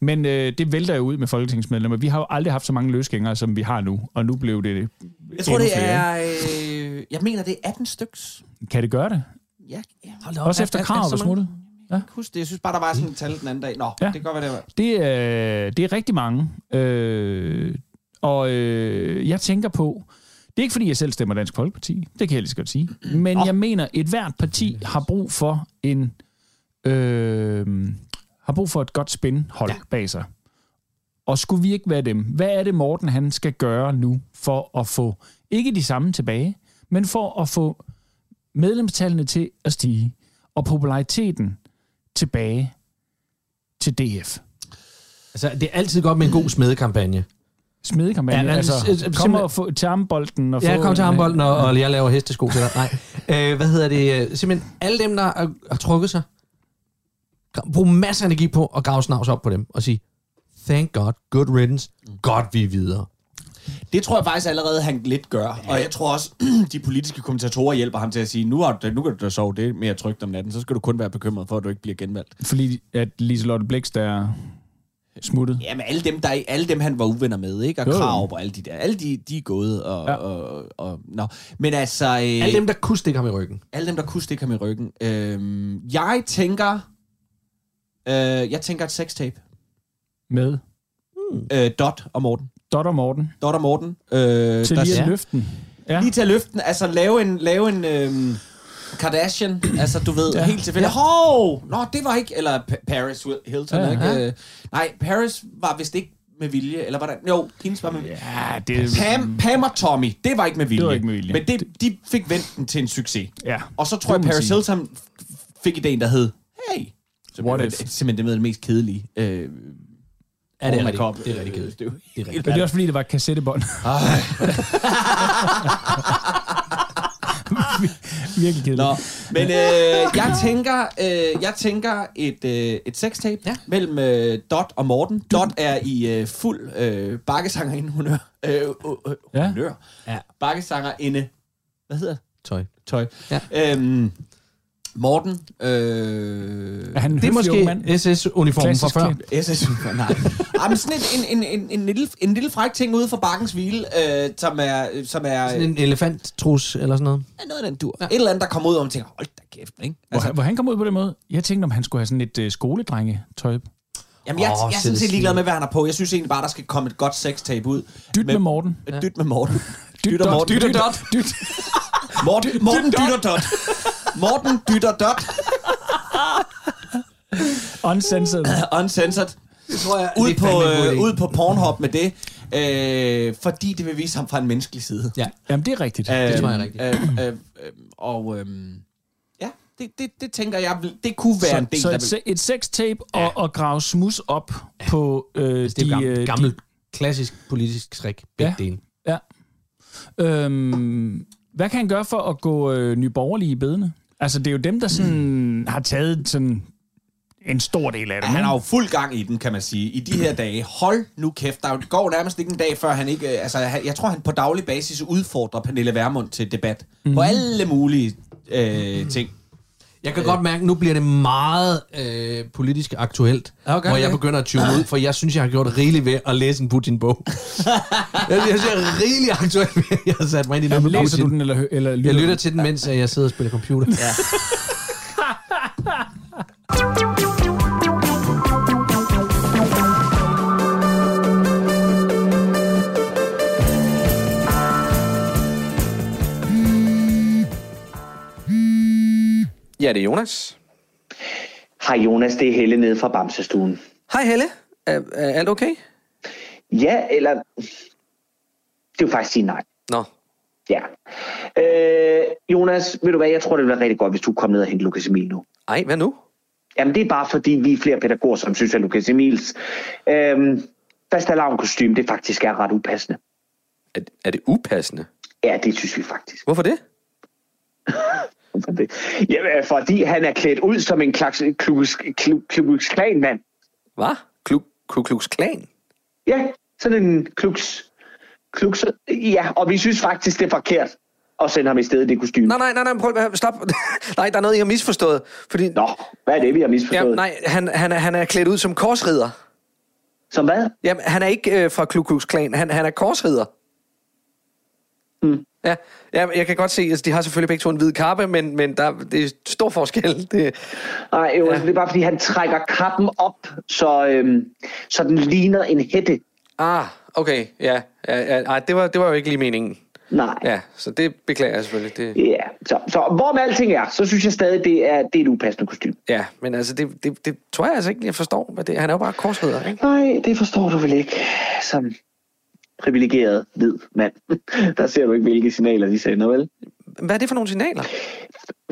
Men øh, det vælter jo ud med folketingsmedlemmer. Vi har jo aldrig haft så mange løsgængere, som vi har nu. Og nu blev det Jeg tror, endnu det flere, er... Øh, jeg mener, det er 18 styks. ikke? Kan det gøre det? Ja, ja. Hold da op, Også er- efter er- er Krav så var mange- smuttet? Jeg kan huske det. Jeg synes bare, der var sådan et tal den anden dag. Nå, Ja. ja. det kan godt være, det var. Det, øh, det er rigtig mange. Øh, og øh, jeg tænker på, det er ikke fordi, jeg selv stemmer Dansk Folkeparti, det kan jeg lige så godt sige, men jeg mener, et hvert parti har brug for en øh, har brug for et godt spændhold ja. bag sig. Og skulle vi ikke være dem? Hvad er det, Morten han skal gøre nu for at få, ikke de samme tilbage, men for at få medlemstallene til at stige og populariteten tilbage til DF? Altså, det er altid godt med en god smedekampagne. smedekampagne. Ja, Ja, men altså, s- s- kom simpelthen- og få til armbolden. Og Ja, få øh, kom til en- armbolden, og, og jeg laver hestesko til dig. Nej. Øh, hvad hedder det? Øh, Simpelthen alle dem, der har, har trukket sig, gra- brug masser af energi på at grave snavs op på dem og sige, thank god, good riddance, godt vi er videre. Det tror jeg faktisk allerede, han lidt gør. Og jeg tror også, <clears throat> de politiske kommentatorer hjælper ham til at sige, nu, har du, nu kan du da sove, det er mere trygt om natten, så skal du kun være bekymret for, at du ikke bliver genvalgt. Fordi at Liselotte Blix, der er smuttet. Jamen, alle dem, der, alle dem han var uvenner med, ikke? Og Jo, jo. Krav og alle de der. Alle de, de er gået, og, Ja. ja. og, og, og nå. Men altså... Øh, Alle dem, der kunne stikke ham i ryggen. alle dem, der kunne stikke ham i ryggen. Øhm, jeg tænker... Øh, jeg tænker et sextape. Med Øh, Dot og Morten. Dot og Morten. Dot og Morten. Øh, der, Til lige siger- at løfte den. Altså, Ja. lige til at løfte den. Altså, lave en... Lave en øhm, Kardashian, altså du ved, Ja. ja. helt tilfældigt. Ja. Hov! Nå, det var ikke... Eller P- Paris Hilton, Ja, ja, ikke? ja. Ja. Nej, Paris var vist ikke med vilje, eller hvordan? Jo, hendes var med vilje. Ja, det, Pam, Pam og Tommy, det var ikke med vilje. Det var ikke med vilje. Men det, de fik vendt den til en succes. Ja, Og så det tror jeg, må man Paris sige. Hilton f- fik ideen, der hed, hey, så What blev if? det, simpelthen det med det mest kedelige. Øh, ja, det Er det, rigtigt? det er rigtig kedeligt. Oh Det er jo Det er rigtig Men det er også fordi, det var et kassettebånd. <laughs> Virkelig kedeligt. Nå, men øh, <laughs> jeg tænker, øh, jeg tænker et, øh, et sextape ja. mellem øh, Dot og Morten. Dot er i øh, fuld øh, bakkesangerinde honør. Øh, øh, øh, Ja. honør. Ja. Bakkesangerinde. Hvad hedder det? tøj. Tøj. Ja. Øhm, Morten. Øh, Er han en Det er høflig måske ung mand? SS-uniformen fra Klassisk før. klædt. SS Uber, nej. Ej, men sådan en, en, en, en, en, lille, en lille fræk ting ude for bakkens hvile, øh, som er, som er Sådan en elefanttrus eller sådan noget. er noget af den dur. Ja. Et eller andet, der kommer ud, og man tænker, hold da kæft, ikke? Altså, Hvor, han- hvor han kom ud på den måde. Jeg tænkte, om han skulle have sådan et øh, skoledrengetøj. Jamen, jeg, Åh, oh, jeg er sådan set Celestine. ligeglad med, hvad han har på. Jeg synes egentlig bare, der skal komme et godt sextape ud. Dyt med Men- Morten. Ja. Dyt med Morten. <laughs> Dyt Dyt og dot, Morten. dyt og dot. Dyt. Morten, Morten dytter <laughs> dot. Morten dytter dot. <laughs> Uncensored. Uncensored. Tror jeg, ud, det er fandme på, en god øh, idé. ud på Pornhub med det. Øh, fordi det vil vise ham fra en menneskelig side. Ja. Jamen, det er rigtigt. Øhm, tror jeg er rigtigt. øhm, øhm, øhm, og øhm, ja, det, det, det tænker jeg, vil- det kunne være en del, så der et, vil... se- et sextape og, og grave smus op på øh, Det er de, jo gammel, øh, gammel klassisk politisk trick. Begge Ja. ja. dele. de øhm, Hvad kan han gøre for at gå øh, nyborgerlige i bedene? Altså, det er jo dem, der sådan har taget sådan en stor del af det. Mm. Han ikke? har jo fuld gang i den, kan man sige, i de her dage. Hold nu kæft, der går nærmest ikke en dag, før han ikke... øh, Altså, han- jeg tror, han på daglig basis udfordrer Pernille Vermund til debat. Mm. På alle mulige øh, ting. Jeg kan godt mærke, at nu bliver det meget øh, politisk aktuelt, Okay, hvor jeg okay. begynder at tune ud, for jeg synes, jeg har gjort rigeligt ved at læse en <laughs> Putin-bog. jeg, jeg synes, jeg er rigeligt aktuelt ved, at jeg har sat mig ind i noget med Læser Putin. du den, eller, hø- eller lytter Jeg du? lytter til den, mens øh, jeg sidder og spiller computer. Ja. Ja, det er Jonas. Hej Jonas, det er Helle nede fra Bamsestuen. Hej Helle. Er, er alt okay? Ja, eller... Det vil faktisk sige nej. Nå. Ja. Øh, Jonas, ved du hvad, jeg tror, det ville være rigtig godt, hvis du kom ned og hente Lukas Emil nu. Ej, hvad nu? Jamen, det er bare fordi, vi er flere pædagoger, som synes, at Lukas Emils øh, fastalarmkostyme, det faktisk er ret upassende. Er, er det upassende? Ja, det synes vi faktisk. Hvorfor det? <laughs> Hvorfor det? Jamen, øh, fordi han er klædt ud som en klaks, klubus, klub, klubus mand. Hvad? Kluk, kluk, kluks klan? Ja, sådan en kluks, kluks... Ja, og vi synes faktisk, det er forkert at sende ham i stedet i det kostume. Nej, nej, nej, nej, prøv at stop. <laughs> nej, der er noget, I har misforstået. Fordi, Nå, hvad er det, vi har ja, misforstået? nej, han, han, er, han er klædt ud som korsridder. Som hvad? Jamen, han er ikke øh, fra Ku Klux Klan. Han, han er korsridder. Mm. Ja, ja, jeg kan godt se, at altså, de har selvfølgelig begge to en hvid kappe, men, men der, det er stor forskel. Det, Nej, jo, ja. det er bare, fordi han trækker kappen op, så, øhm, så den ligner en hætte. ah, okay, ja. ja, ja ej, det, var, det var jo ikke lige meningen. Nej. Ja, så det beklager jeg selvfølgelig. Det, Ja, så, så hvor med alting er, så synes jeg stadig, det er, det er et upassende kostume. ja, men altså, det, det, det tror jeg altså ikke, jeg forstår. Hvad det, han er jo bare korsridder, ikke? Nej, det forstår du vel ikke, som privilegeret hvid mand. <laughs> Der ser du ikke, hvilke signaler de sender, vel? Hvad er det for nogle signaler?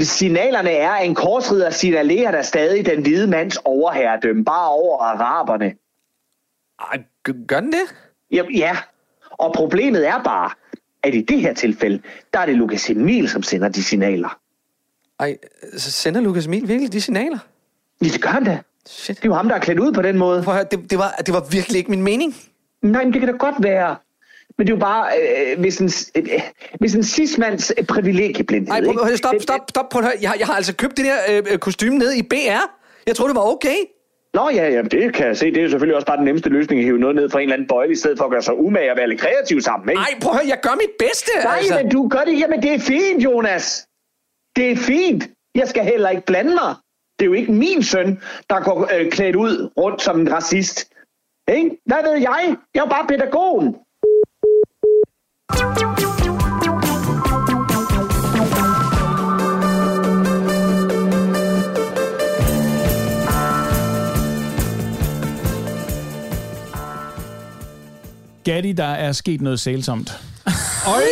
Signalerne er, at en korsridder signalerer der stadig den hvide mands overherredømme, bare over araberne. Ej, g- gør den det? Jamen, ja, og problemet er bare, at i det her tilfælde, der er det Lukas Emil, som sender de signaler. Ej, så sender Lukas Emil virkelig de signaler? Ja, det gør han da. Shit. Det er jo ham, der er klædt ud på den måde. Prøv at høre, det, det, var, det var virkelig ikke min mening. Nej, men det kan da godt være. Men det er jo bare, øh, hvis en, øh, hvis en cis-mands øh, privilegieblindhed... Ej, prøv, ikke? prøv, stop, Den- stop, stop, prøv at høre. Jeg, har- jeg har altså købt det der øh, kostume ned i BR. Jeg troede, det var okay. Nå ja, jamen, det kan jeg se. Det er jo selvfølgelig også bare den nemmeste løsning at hive noget ned fra en eller anden bøjle, i stedet for at gøre sig umage og være lidt kreativ sammen. Ikke? Nej, prøv at høre, jeg gør mit bedste, Nej, altså. men du gør det. Jamen, det er fint, Jonas. Det er fint. Jeg skal heller ikke blande mig. Det er jo ikke min søn, der går øh, klædt ud rundt som en racist. Ikke? Hvad ved jeg? Jeg er jo bare pædagogen. Gatti, der er sket noget sælsomt. Øj!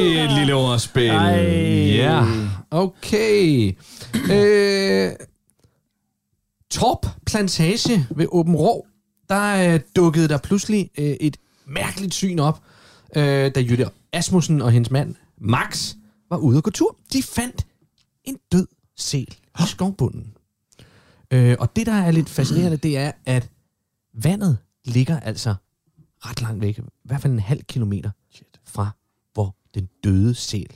Et lille ordspil. Ej. Ja. Okay. Øh, Torp Plantage ved Åben Rå, der øh, dukkede der pludselig øh, et mærkeligt syn op, øh, da Jytte Asmussen og hendes mand Max var ude at gå tur. De fandt en død sel i skovbunden. Øh, og det, der er lidt fascinerende, det er, at vandet ligger altså ret langt væk, i hvert fald en halv kilometer fra, hvor den døde sel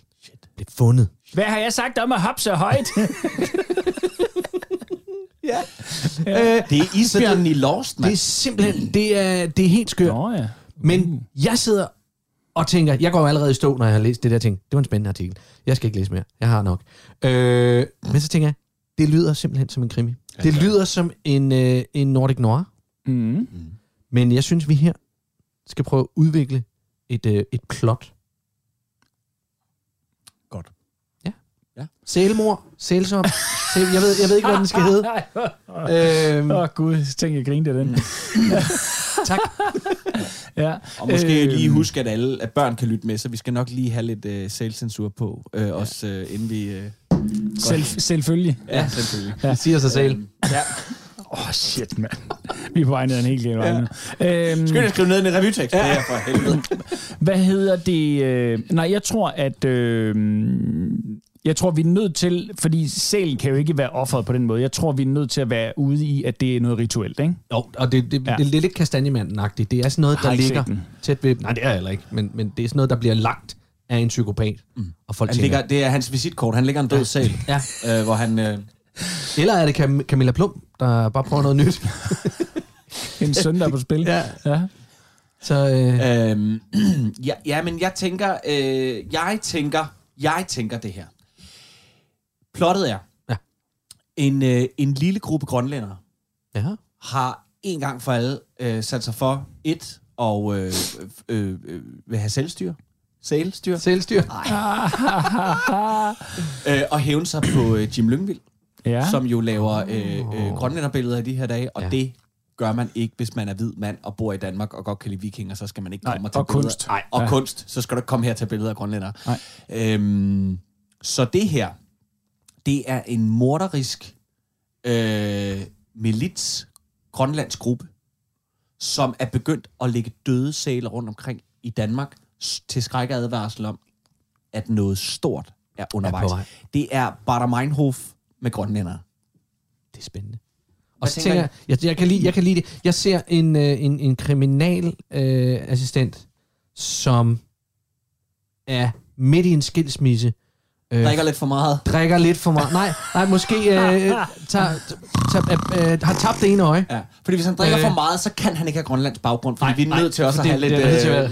blev fundet. Hvad har jeg sagt om at hoppe så højt? Det er isbjørnen i Lost, Det er mand. simpelthen, det er, det er helt skørt. Nå ja. Men Mm. jeg sidder og tænker, jeg går jo allerede i stå, når jeg har læst det der ting. Det var en spændende artikel. Jeg skal ikke læse mere. Jeg har nok. Øh, men så tænker jeg, det lyder simpelthen som en krimi. Det lyder som en, øh, en Nordic Noir. Mm. Men jeg synes, vi her skal prøve at udvikle et, øh, et plot. Godt. Ja. Ja. Sælmor, sælsom. Sæl, jeg, ved, jeg ved ikke, hvad den skal <laughs> hedde. Øhm, Åh oh, gud, så tænkte jeg grinte af Mm. den. Tak. ja. Og måske øh, Øhm. lige huske, at, alle, at børn kan lytte med, så vi skal nok lige have lidt øh, selvcensur på, øh, også øh, inden vi... Øh, Selv, selvfølgelig. ja, selvfølgelig. det siger sig selv. Åh, oh, shit, mand. Vi er på vej ned ad en helt gæld vej nu. Øhm, Skynd dig at skrive ned i en revytekst. Ja. Det er for helvede. Hvad hedder det? øh, Nej, jeg tror, at... Øh, jeg tror, vi er nødt til... Fordi sælen kan jo ikke være offeret på den måde. Jeg tror, vi er nødt til at være ude i, at det er noget rituelt, ikke? Jo, og det, det, Ja. ja. det er lidt lidt kastanjemanden-agtigt. Det er sådan noget, Har der ikke ligger set den. tæt ved... Nej, det er jeg heller ikke. Men, men det er sådan noget, der bliver lagt af en psykopat. Mm. Og folk Han tænker, ligger, det er hans visitkort. Han ligger en død sal, Ja. øh, hvor han... Øh, Eller er det Cam- Camilla Plum, der bare prøver noget nyt? En søndag <laughs> på spil. Ja. ja. Så øh, Øhm, <clears throat> ja, ja, men jeg tænker, øh, jeg tænker, jeg tænker det her. Plottet er, Ja. en, øh, en lille gruppe grønlændere ja. har en gang for alle øh, sat sig for et og øh, øh, øh, vil have selvstyr, sælstyr, Selvstyr. øh, og hævne sig på øh, Jim Lyngvild. ja. som jo laver øh, øh, grønlænderbilleder i de her dage, og ja. det gør man ikke, hvis man er hvid mand og bor i Danmark og godt kan lide vikinger, så skal man ikke komme Nej, og tage og billeder. kunst. Nej, og Ja. ja. kunst. Så skal du ikke komme her og tage billeder af grønlænder. Øhm, så det her, det er en morderisk øh, milits grønlandsk gruppe, som er begyndt at lægge døde sæler rundt omkring i Danmark s- til skrækkeadvarsel om, at noget stort er undervejs. vej. det er Bader Meinhof med grønlændere. Det er spændende. Hvad Og så tænker tænker jeg, jeg, jeg, kan lide, jeg kan lide det. Jeg ser en, øh, en, en kriminalassistent, øh, assistent, som er midt i en skilsmisse. Øh, Drikker lidt for meget. Drikker lidt for meget. Nej, nej måske øh, tager, tager, øh, har tabt det ene øje. Ja, fordi hvis han drikker for meget, så kan han ikke have grønlands baggrund, fordi vi er nødt til også at have lidt, øh,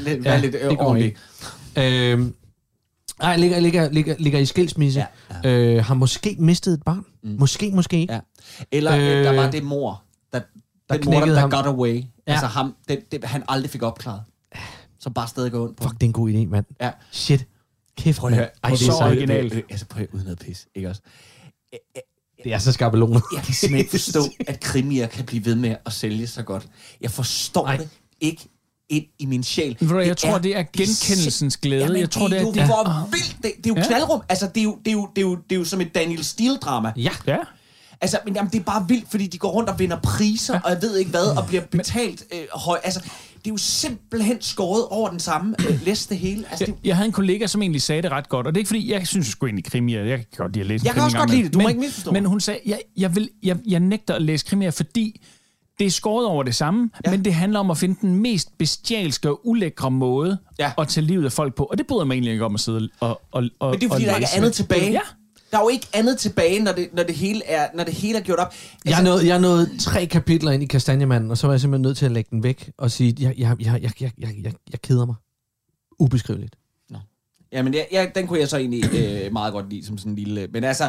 lidt, være lidt øh, ordentligt. Øhm, ej, ligger, ligger, ligger, ligger i skilsmisse. Ja, ja. Øh, har måske mistet et barn. Mm. Måske, måske ikke. Ja. Eller øh, der var det mor, der, der den mor, der, knækkede der ham. got away. Ja. Ja. Altså ham, det, det, han aldrig fik opklaret. Som bare stadig går ondt på. Fuck, det er en god idé, mand. Ja. Shit. Kæft, Prøv at høre. Ej, det er så originalt. Altså, prøv at høre, uden noget pis, ikke også? Det er så skabelon. Jeg kan simpelthen ikke <laughs> forstå, at krimier kan blive ved med at sælge så godt. Jeg forstår Ej. det ikke ind i min sjæl. Ved du hvad, jeg tror, det er genkendelsens glæde. Jamen, Jeg tror, det er jo det er- hvor vildt. Det, det er jo Ja. knaldrum. Altså, det er jo, det er jo, det er jo, det er jo som et Daniel Steele-drama. Ja. ja. Altså, men jamen, det er bare vildt, fordi de går rundt og vinder priser, ja. og jeg ved ikke hvad, og bliver betalt øh, høj. Altså, det er jo simpelthen skåret over den samme øh, liste hele. Altså, det, Jeg, jeg havde en kollega, som egentlig sagde det ret godt, og det er ikke fordi, jeg synes sgu egentlig krimier, jeg kan godt lide at læse Jeg en kan krimi også en gang godt lide imellem. det. Du må men, ikke misforstå Men mig. hun sagde, jeg, jeg, vil, jeg, jeg nægter at læse krimier, fordi det er skåret over det samme, ja. men det handler om at finde den mest bestialske og ulækre måde ja. at tage livet af folk på, og det bryder jeg mig egentlig ikke om at sidde og og, og men det og er fordi, der ikke læse. er andet tilbage. Ja. <laughs> Der er jo ikke andet tilbage, når det, når det, hele, er, når det hele er gjort op. <laughs> Altså- Jeg er nået, jeg er nået tre kapitler ind i Kastanjemanden, og så var jeg simpelthen nødt til at lægge den væk og sige, jeg, jeg, jeg, jeg, jeg, jeg, jeg, jeg keder mig. Ubeskriveligt. Jamen, jeg, jeg, den kunne jeg så egentlig øh, meget godt lide, som sådan en lille... Men altså,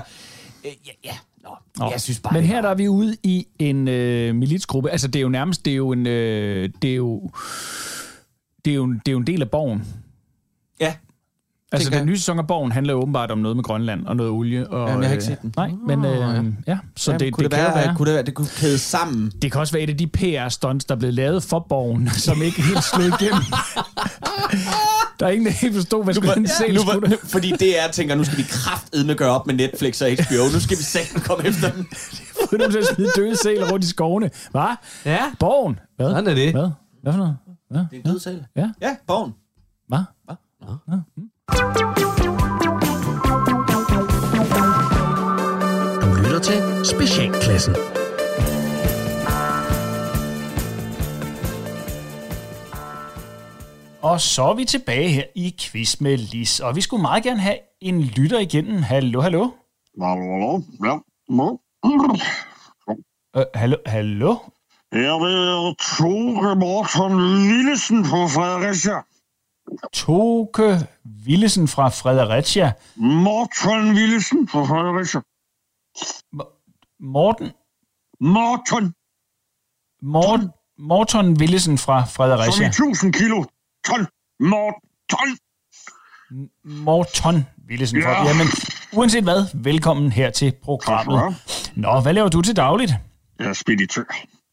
øh, ja, ja nå, Nå. jeg synes bare... Men det- her der er vi ude i en øh, militsgruppe. Altså, det er jo nærmest, det er jo en, øh, det er jo, det er jo, en- det er jo en del af borgen. Ja. Altså, tænker den nye sæson af Borgen handler jo åbenbart om noget med Grønland og noget olie. Og, Jamen, jeg har ikke øh, set den. Nej, men øh, ja. så Jamen, det, kunne det, det kan jo være, være. Kunne det, være- det kunne kæde sammen. Det kan også være et af de PR-stunts, der blev lavet for Borgen, <laughs> som ikke helt slog igennem. der er ingen, der helt forstod, hvad skulle den se. nu, var- nu, fordi det er, tænker, nu skal vi kraftedme gøre op med Netflix og HBO. Nu skal vi selv komme efter dem. Få dem til at smide døde sæler rundt i skovene. Hva? Ja. Borgen? Hvad? Sådan er det. Hvad? Hvad for noget? Ja. Det er en død sæl. Ja. Ja, bogen. Hva? Hva? Nå. Mm. Du lytter til Specialklassen. Og så er vi tilbage her i Quiz med Lis, og vi skulle meget gerne have en lytter igennem. Hallo, hallo. Hallo, hallo. Ja. Nå. Øh, hallo, hallo? Jeg ved Tore Morten Lillesen fra Fredericia. Toke Willesen fra Fredericia. Morten Willesen fra Fredericia. Morten? Morten. Morten? Morton Willesen fra Som i Fredericia. 1000 kilo. Ton. Morten. Morton Willesen fra... Ja. Jamen, uanset hvad, velkommen her til programmet. Nå, hvad laver du til dagligt? Jeg er speditør.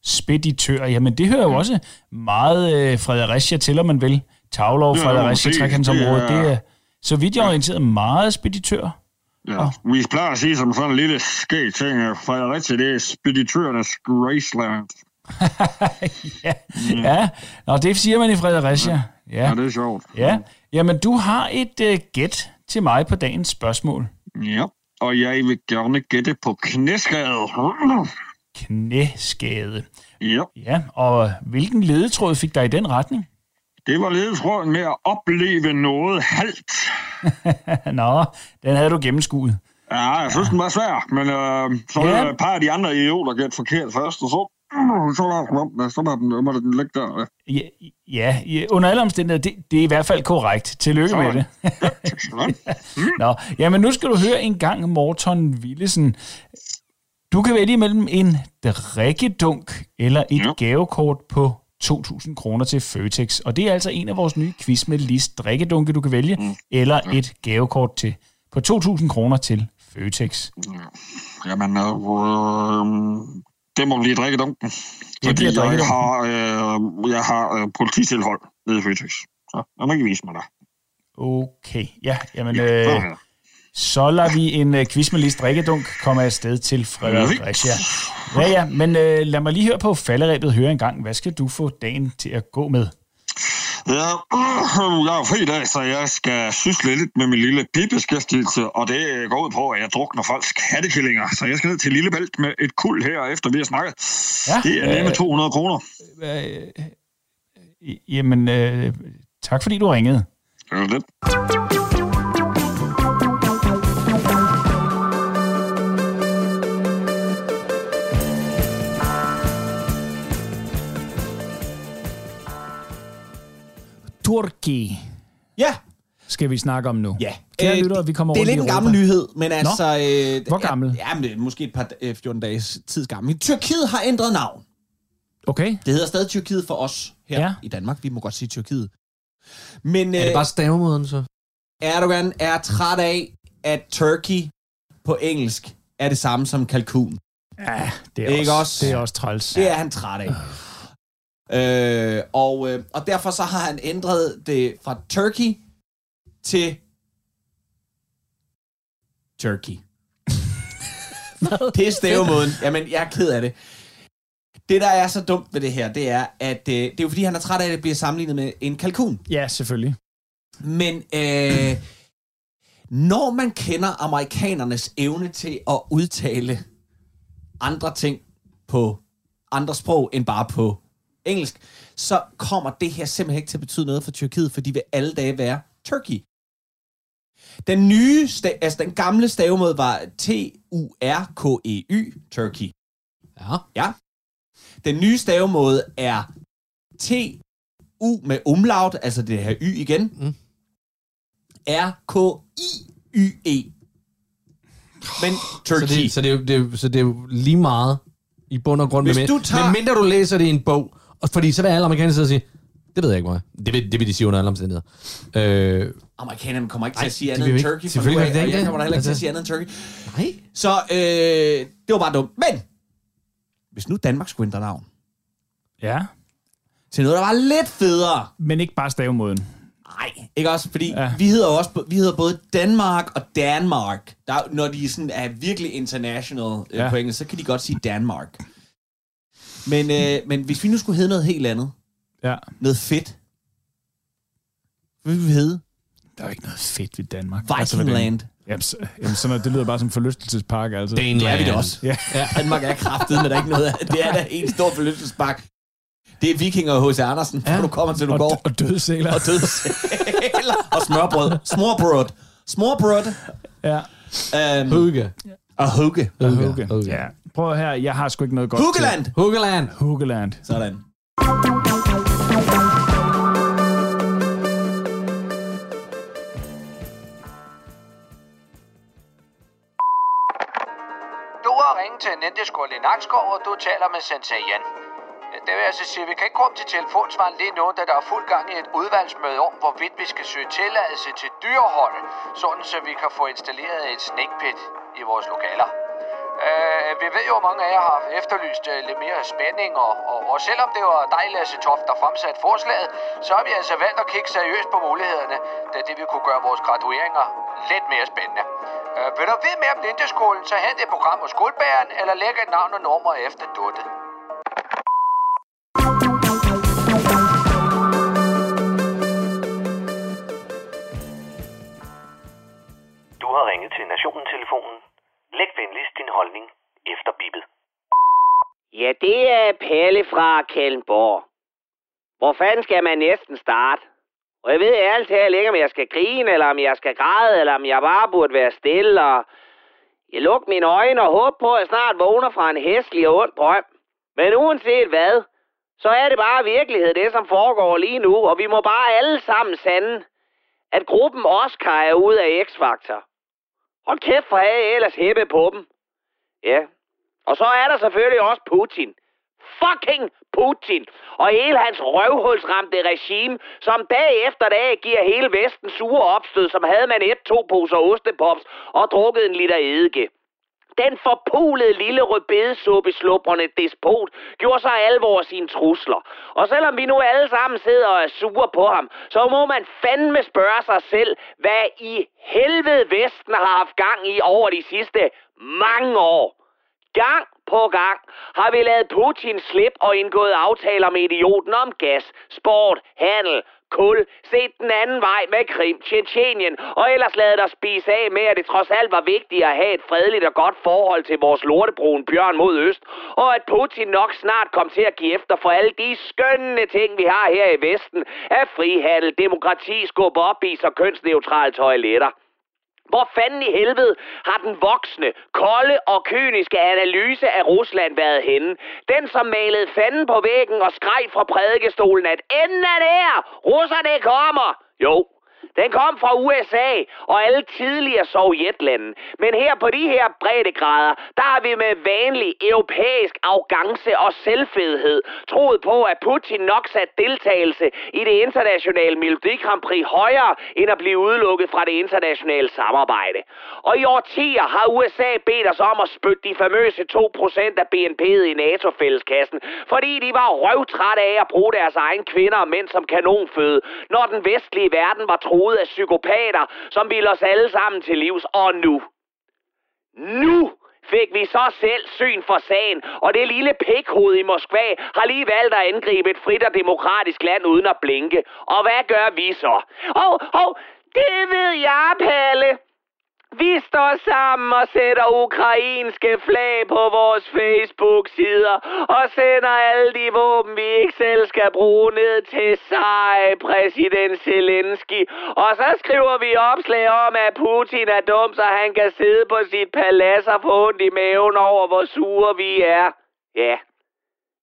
Speditør. Jamen, det hører jo også meget øh, Fredericia til, om man vil. Tavlov, Ja, Fredericia, præcis. trekantsområdet. Det er- Det er, så vidt jeg er orienteret, meget speditør. Ja. Oh. Vi plejer at sige som sådan en lille skæg ting, at Fredericia, det er speditørernes Graceland. Ja, Nå, det siger man i Fredericia. Ja. Ja. ja, det er sjovt. ja. Jamen, du har et øh, gæt til mig på dagens spørgsmål. Ja, og jeg vil gerne gætte på knæskade. Knæskade. Ja. Ja, og hvilken ledetråd fik dig i den retning? <laughs> Det var ledetråden med at opleve noget halvt. Nå, den havde du gennemskuet. Ja, jeg synes, den var svær, men øh, så Ja. ja. et par af de andre idioter gæt forkert først, og så, så lader den om, så lader den, måtte den ligge der. Ja, ja, ja under alle omstændigheder, det, det er i hvert fald korrekt. Tillykke med det. <laughs> Nå, jamen nu skal du høre en gang, Morton Willesen. Du kan vælge mellem en drikkedunk eller et ja. gavekort på 2.000 kroner til Føtex. Og det er altså en af vores nye quiz med list drikkedunke, du kan vælge, eller et gavekort til på 2.000 kroner til Føtex. Jamen, øh, øh, det må blive drikkedunken. Fordi bliver jeg drikkedunken. har, øh, jeg har øh, polititilhold nede i Føtex. Så jeg må ikke vise mig der. Okay, ja, jamen, Ja. øh, så lader vi en øh, quiz med Lis drikkedunk komme afsted til Fredericia. Ja, ja, men øh, lad mig lige høre på falderæbet høre en gang. Hvad skal du få dagen til at gå med? Ja, <clears throat> øh, jeg er fri i dag, så jeg skal sysle lidt med min lille pibeskæftigelse, og det går ud på, at jeg drukner folks kattekillinger. Så jeg skal ned til Lillebælt med et kul her, efter vi har snakket. Ja, Ja, det er nemme øh, 200 kroner. Øh, i- jamen, øh, tak fordi du ringede. Det er det. Turki. Ja. Skal vi snakke om nu? Ja. Kære Øh, lyttere, vi kommer det er rundt lidt i en Europa. gammel nyhed, men Nå. altså... Øh, Hvor gammel? Ja, men det er måske et par øh, 14 dages tids gammel. Tyrkiet har ændret navn. Okay. Det hedder stadig Tyrkiet for os her Ja. ja. i Danmark. Vi må godt sige Tyrkiet. Men Er det øh, bare stavemåden, så? Erdogan er træt af, at turkey på engelsk er det samme som kalkun. Ja, det er, Ikke også, også? det er også træls. Det er han træt af. Øh, og, øh, og derfor så har han ændret det fra turkey til turkey. det er stavemåden. Jamen, jeg er ked af det. Det, der er så dumt ved det her, det er, at øh, det er jo fordi, han er træt af, at det bliver sammenlignet med en kalkun. Ja, selvfølgelig. Men øh, når man kender amerikanernes evne til at udtale andre ting på andre sprog end bare på engelsk, så kommer det her simpelthen ikke til at betyde noget for Tyrkiet, for de vil alle dage være Turkey. Den nye, sta- altså den gamle stavemåde var T-U-R-K-E-Y, E Turkey. Ja. Ja. Den nye stavemåde er T-U med umlaut, altså det her Y igen, mm. R-K-I-Y-E. E. Men Turkey. Så det, så, det er, jo- det, er jo- så det er jo lige meget i bund og grund. Hvis med, du tager- Men mindre du læser det i en bog, og fordi så vil alle amerikanere sidde og sige, det ved jeg ikke, hvor jeg er." det vil, det vil de sige under alle omstændigheder. Øh, Amerikanerne kommer ikke til Ej, at sige det andet vil end vi ikke. turkey. for Selvfølgelig nu af, gør de det og ikke Jeg det. kommer da heller ikke til at Altså- sige andet end turkey. Nej. Så øh, det var bare dumt. Men hvis nu Danmark skulle ændre navn Ja. til noget, der var lidt federe. Men ikke bare stavemåden. Nej, ikke også? Fordi ja. vi hedder jo også vi hedder både Danmark og Danmark. Der, er- når de sådan er virkelig international øh, Ja. ja. på engelsk, så kan de godt sige Danmark. Men, øh, men hvis vi nu skulle hedde noget helt andet, Ja. noget fedt, hvad ville vi hedde? Der er jo ikke noget fedt ved Danmark. Vikingland. Altså, hvordan- Jamen, så, jamen, sådan, noget, det lyder bare som en forlystelsespark, altså. Det er vi da også. Ja. Ja. Danmark er kraftet, men der er ikke noget af det. er da en stor forlystelsespark. Det er vikinger og H.C. Andersen, ja. hvor du kommer til, du og, går. Og døde sæler. Og dødsæler. og smørbrød. Smørbrød. Smørbrød. Ja. Øhm, Hugge. Og hugge. Og hugge. Ja. Prøv her, jeg har sgu ikke noget godt Huggeland! til. Huggeland! Huggeland. Sådan. Du har ringet til Nente Skål i Nakskov, og du taler med Sensei Jan. Det vil altså sige, at vi kan ikke komme til telefonsvaren lige nu, da der er fuld gang i et udvalgsmøde om, hvorvidt vi skal søge tilladelse til dyrehold, sådan så vi kan få installeret et snake pit i vores lokaler. Øh, vi ved jo, at mange af jer har efterlyst øh, lidt mere spænding, og, og, og selvom det var dig, Lasse Toft, der fremsatte forslaget, så har vi altså valgt at kigge seriøst på mulighederne, da det vil kunne gøre vores gradueringer lidt mere spændende. Øh, vil du vide mere om Lindeskolen, så hent et program hos Guldbæren, eller læg et navn og nummer efter duttet. Du har ringet til Nationen-telefonen. Læg venligst din holdning efter bippet. Ja, det er Palle fra Kallenborg. Hvor fanden skal man næsten starte? Og jeg ved ærligt talt ikke, om jeg skal grine, eller om jeg skal græde, eller om jeg bare burde være stille, og jeg lukker mine øjne og håber på, at jeg snart vågner fra en hæslig og ond drøm. Men uanset hvad, så er det bare virkelighed, det som foregår lige nu, og vi må bare alle sammen sande, at gruppen Oscar er ude af X-Factor. Hold kæft, for havde jeg ellers hæppe på dem. Ja, og så er der selvfølgelig også Putin. Fucking Putin! Og hele hans røvhulsramte regime, som dag efter dag giver hele Vesten sure opstød, som havde man et to poser ostepops og drukket en liter eddike. Den forpulede lille rødbedesuppe slubrende despot gjorde så alvor af sine trusler. Og selvom vi nu alle sammen sidder og er sure på ham, så må man fandme spørge sig selv, hvad i helvede Vesten har haft gang i over de sidste mange år. Gang på gang har vi lavet Putin slip og indgået aftaler med idioten om gas, sport, handel, kul, set den anden vej med Krim, Tjetjenien, og ellers lavet dig spise af med, at det trods alt var vigtigt at have et fredeligt og godt forhold til vores lortebrun bjørn mod øst, og at Putin nok snart kom til at give efter for alle de skønne ting, vi har her i Vesten, af frihandel, demokrati, skub op i og kønsneutrale toiletter. Hvor fanden i helvede har den voksne, kolde og kyniske analyse af Rusland været henne? Den, som malede fanden på væggen og skreg fra prædikestolen, at enden er der! Russerne kommer! Jo, den kom fra USA og alle tidligere sovjetlande. Men her på de her breddegrader, der har vi med vanlig europæisk arrogance og selvfedhed troet på, at Putin nok satte deltagelse i det internationale Melodi Grand Prix højere, end at blive udelukket fra det internationale samarbejde. Og i årtier har USA bedt os om at spytte de famøse 2% af BNP'et i NATO-fælleskassen, fordi de var røvtrætte af at bruge deres egne kvinder og mænd som kanonføde, når den vestlige verden var troet af psykopater, som ville os alle sammen til livs. Og nu. Nu fik vi så selv syn for sagen, og det lille pikhoved i Moskva har lige valgt at angribe et frit og demokratisk land uden at blinke. Og hvad gør vi så? Hov, hov, det ved jeg, Palle. Vi står sammen og sætter ukrainske flag på vores Facebook-sider og sender alle de våben, vi ikke selv skal bruge ned til sej præsident Zelensky. Og så skriver vi opslag om, at Putin er dum, så han kan sidde på sit palads og få ondt i maven over, hvor sure vi er. Ja,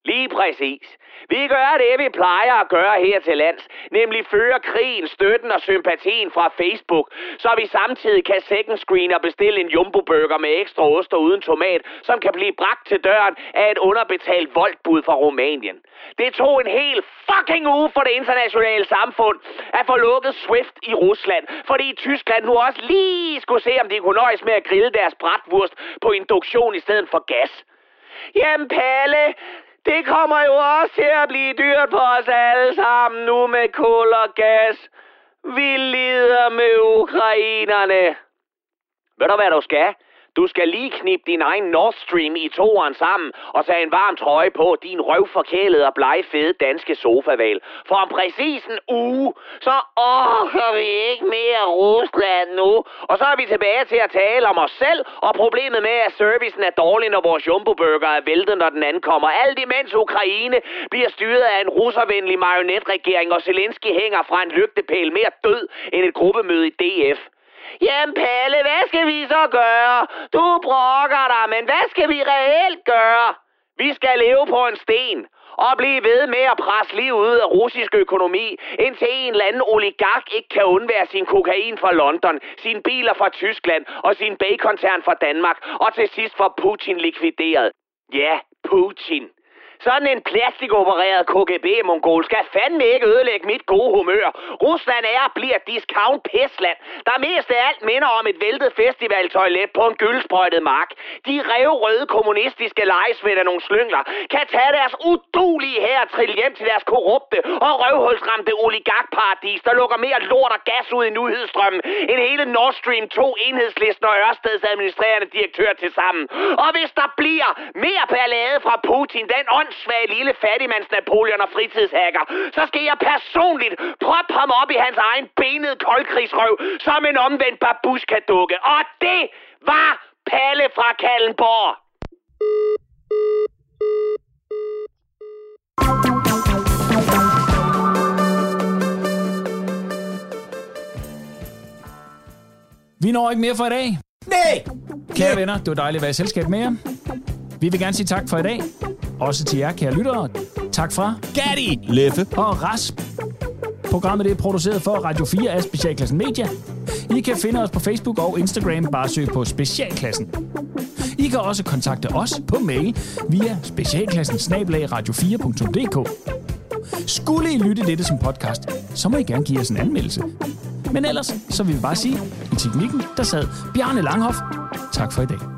Lige præcis. Vi gør det, vi plejer at gøre her til lands, nemlig føre krigen, støtten og sympatien fra Facebook, så vi samtidig kan second screen og bestille en jumbo-burger med ekstra ost og uden tomat, som kan blive bragt til døren af et underbetalt voldbud fra Rumænien. Det tog en hel fucking uge for det internationale samfund at få lukket Swift i Rusland, fordi Tyskland nu også lige skulle se, om de kunne nøjes med at grille deres bratwurst på induktion i stedet for gas. Jamen Palle, det kommer jo også til at blive dyrt for os alle sammen nu med kul og gas. Vi lider med ukrainerne. Ved du hvad du skal? Du skal lige knippe din egen Nord Stream i toeren sammen og tage en varm trøje på din røvforkælede og blegfede danske sofaval. For om præcis en uge, så orker vi ikke mere Rusland nu. Og så er vi tilbage til at tale om os selv og problemet med, at servicen er dårlig, når vores jumboburger er væltet, når den ankommer. Alt imens Ukraine bliver styret af en russervenlig marionetregering, og Zelensky hænger fra en lygtepæl mere død end et gruppemøde i DF. Jamen Palle, hvad skal vi så gøre? Du brokker dig, men hvad skal vi reelt gøre? Vi skal leve på en sten og blive ved med at presse liv ud af russisk økonomi, indtil en eller anden oligark ikke kan undvære sin kokain fra London, sine biler fra Tyskland og sin bagkoncern fra Danmark, og til sidst får Putin likvideret. Ja, Putin. Sådan en plastikopereret KGB-mongol skal fandme ikke ødelægge mit gode humør. Rusland er og bliver et discount pisland, der mest af alt minder om et væltet festivaltoilet på en gyldsprøjtet mark. De revrøde kommunistiske lejesvind af nogle slyngler kan tage deres udulige her og trille hjem til deres korrupte og røvhulsramte oligarkparadis, der lukker mere lort og gas ud i nyhedsstrømmen end hele Nord Stream 2 enhedslisten og Ørsteds administrerende direktør til sammen. Og hvis der bliver mere ballade fra Putin, den åndssvage lille fattigmands Napoleon og fritidshacker, så skal jeg personligt proppe ham op i hans egen benede koldkrigsrøv som en omvendt babuska-dukke. Og det var Palle fra Kallenborg. Vi når ikke mere for i dag. Nej! Kære venner, det var dejligt at være i selskab med jer. Vi vil gerne sige tak for i dag. Også til jer, kære lyttere. Tak fra Gatti, Leffe og Rasp. Programmet det er produceret for Radio 4 af Specialklassen Media. I kan finde os på Facebook og Instagram. Bare søg på Specialklassen. I kan også kontakte os på mail via specialklassen radio 4dk Skulle I lytte dette som podcast, så må I gerne give os en anmeldelse. Men ellers, så vil vi bare sige, i teknikken, der sad Bjarne Langhoff. Tak for i dag.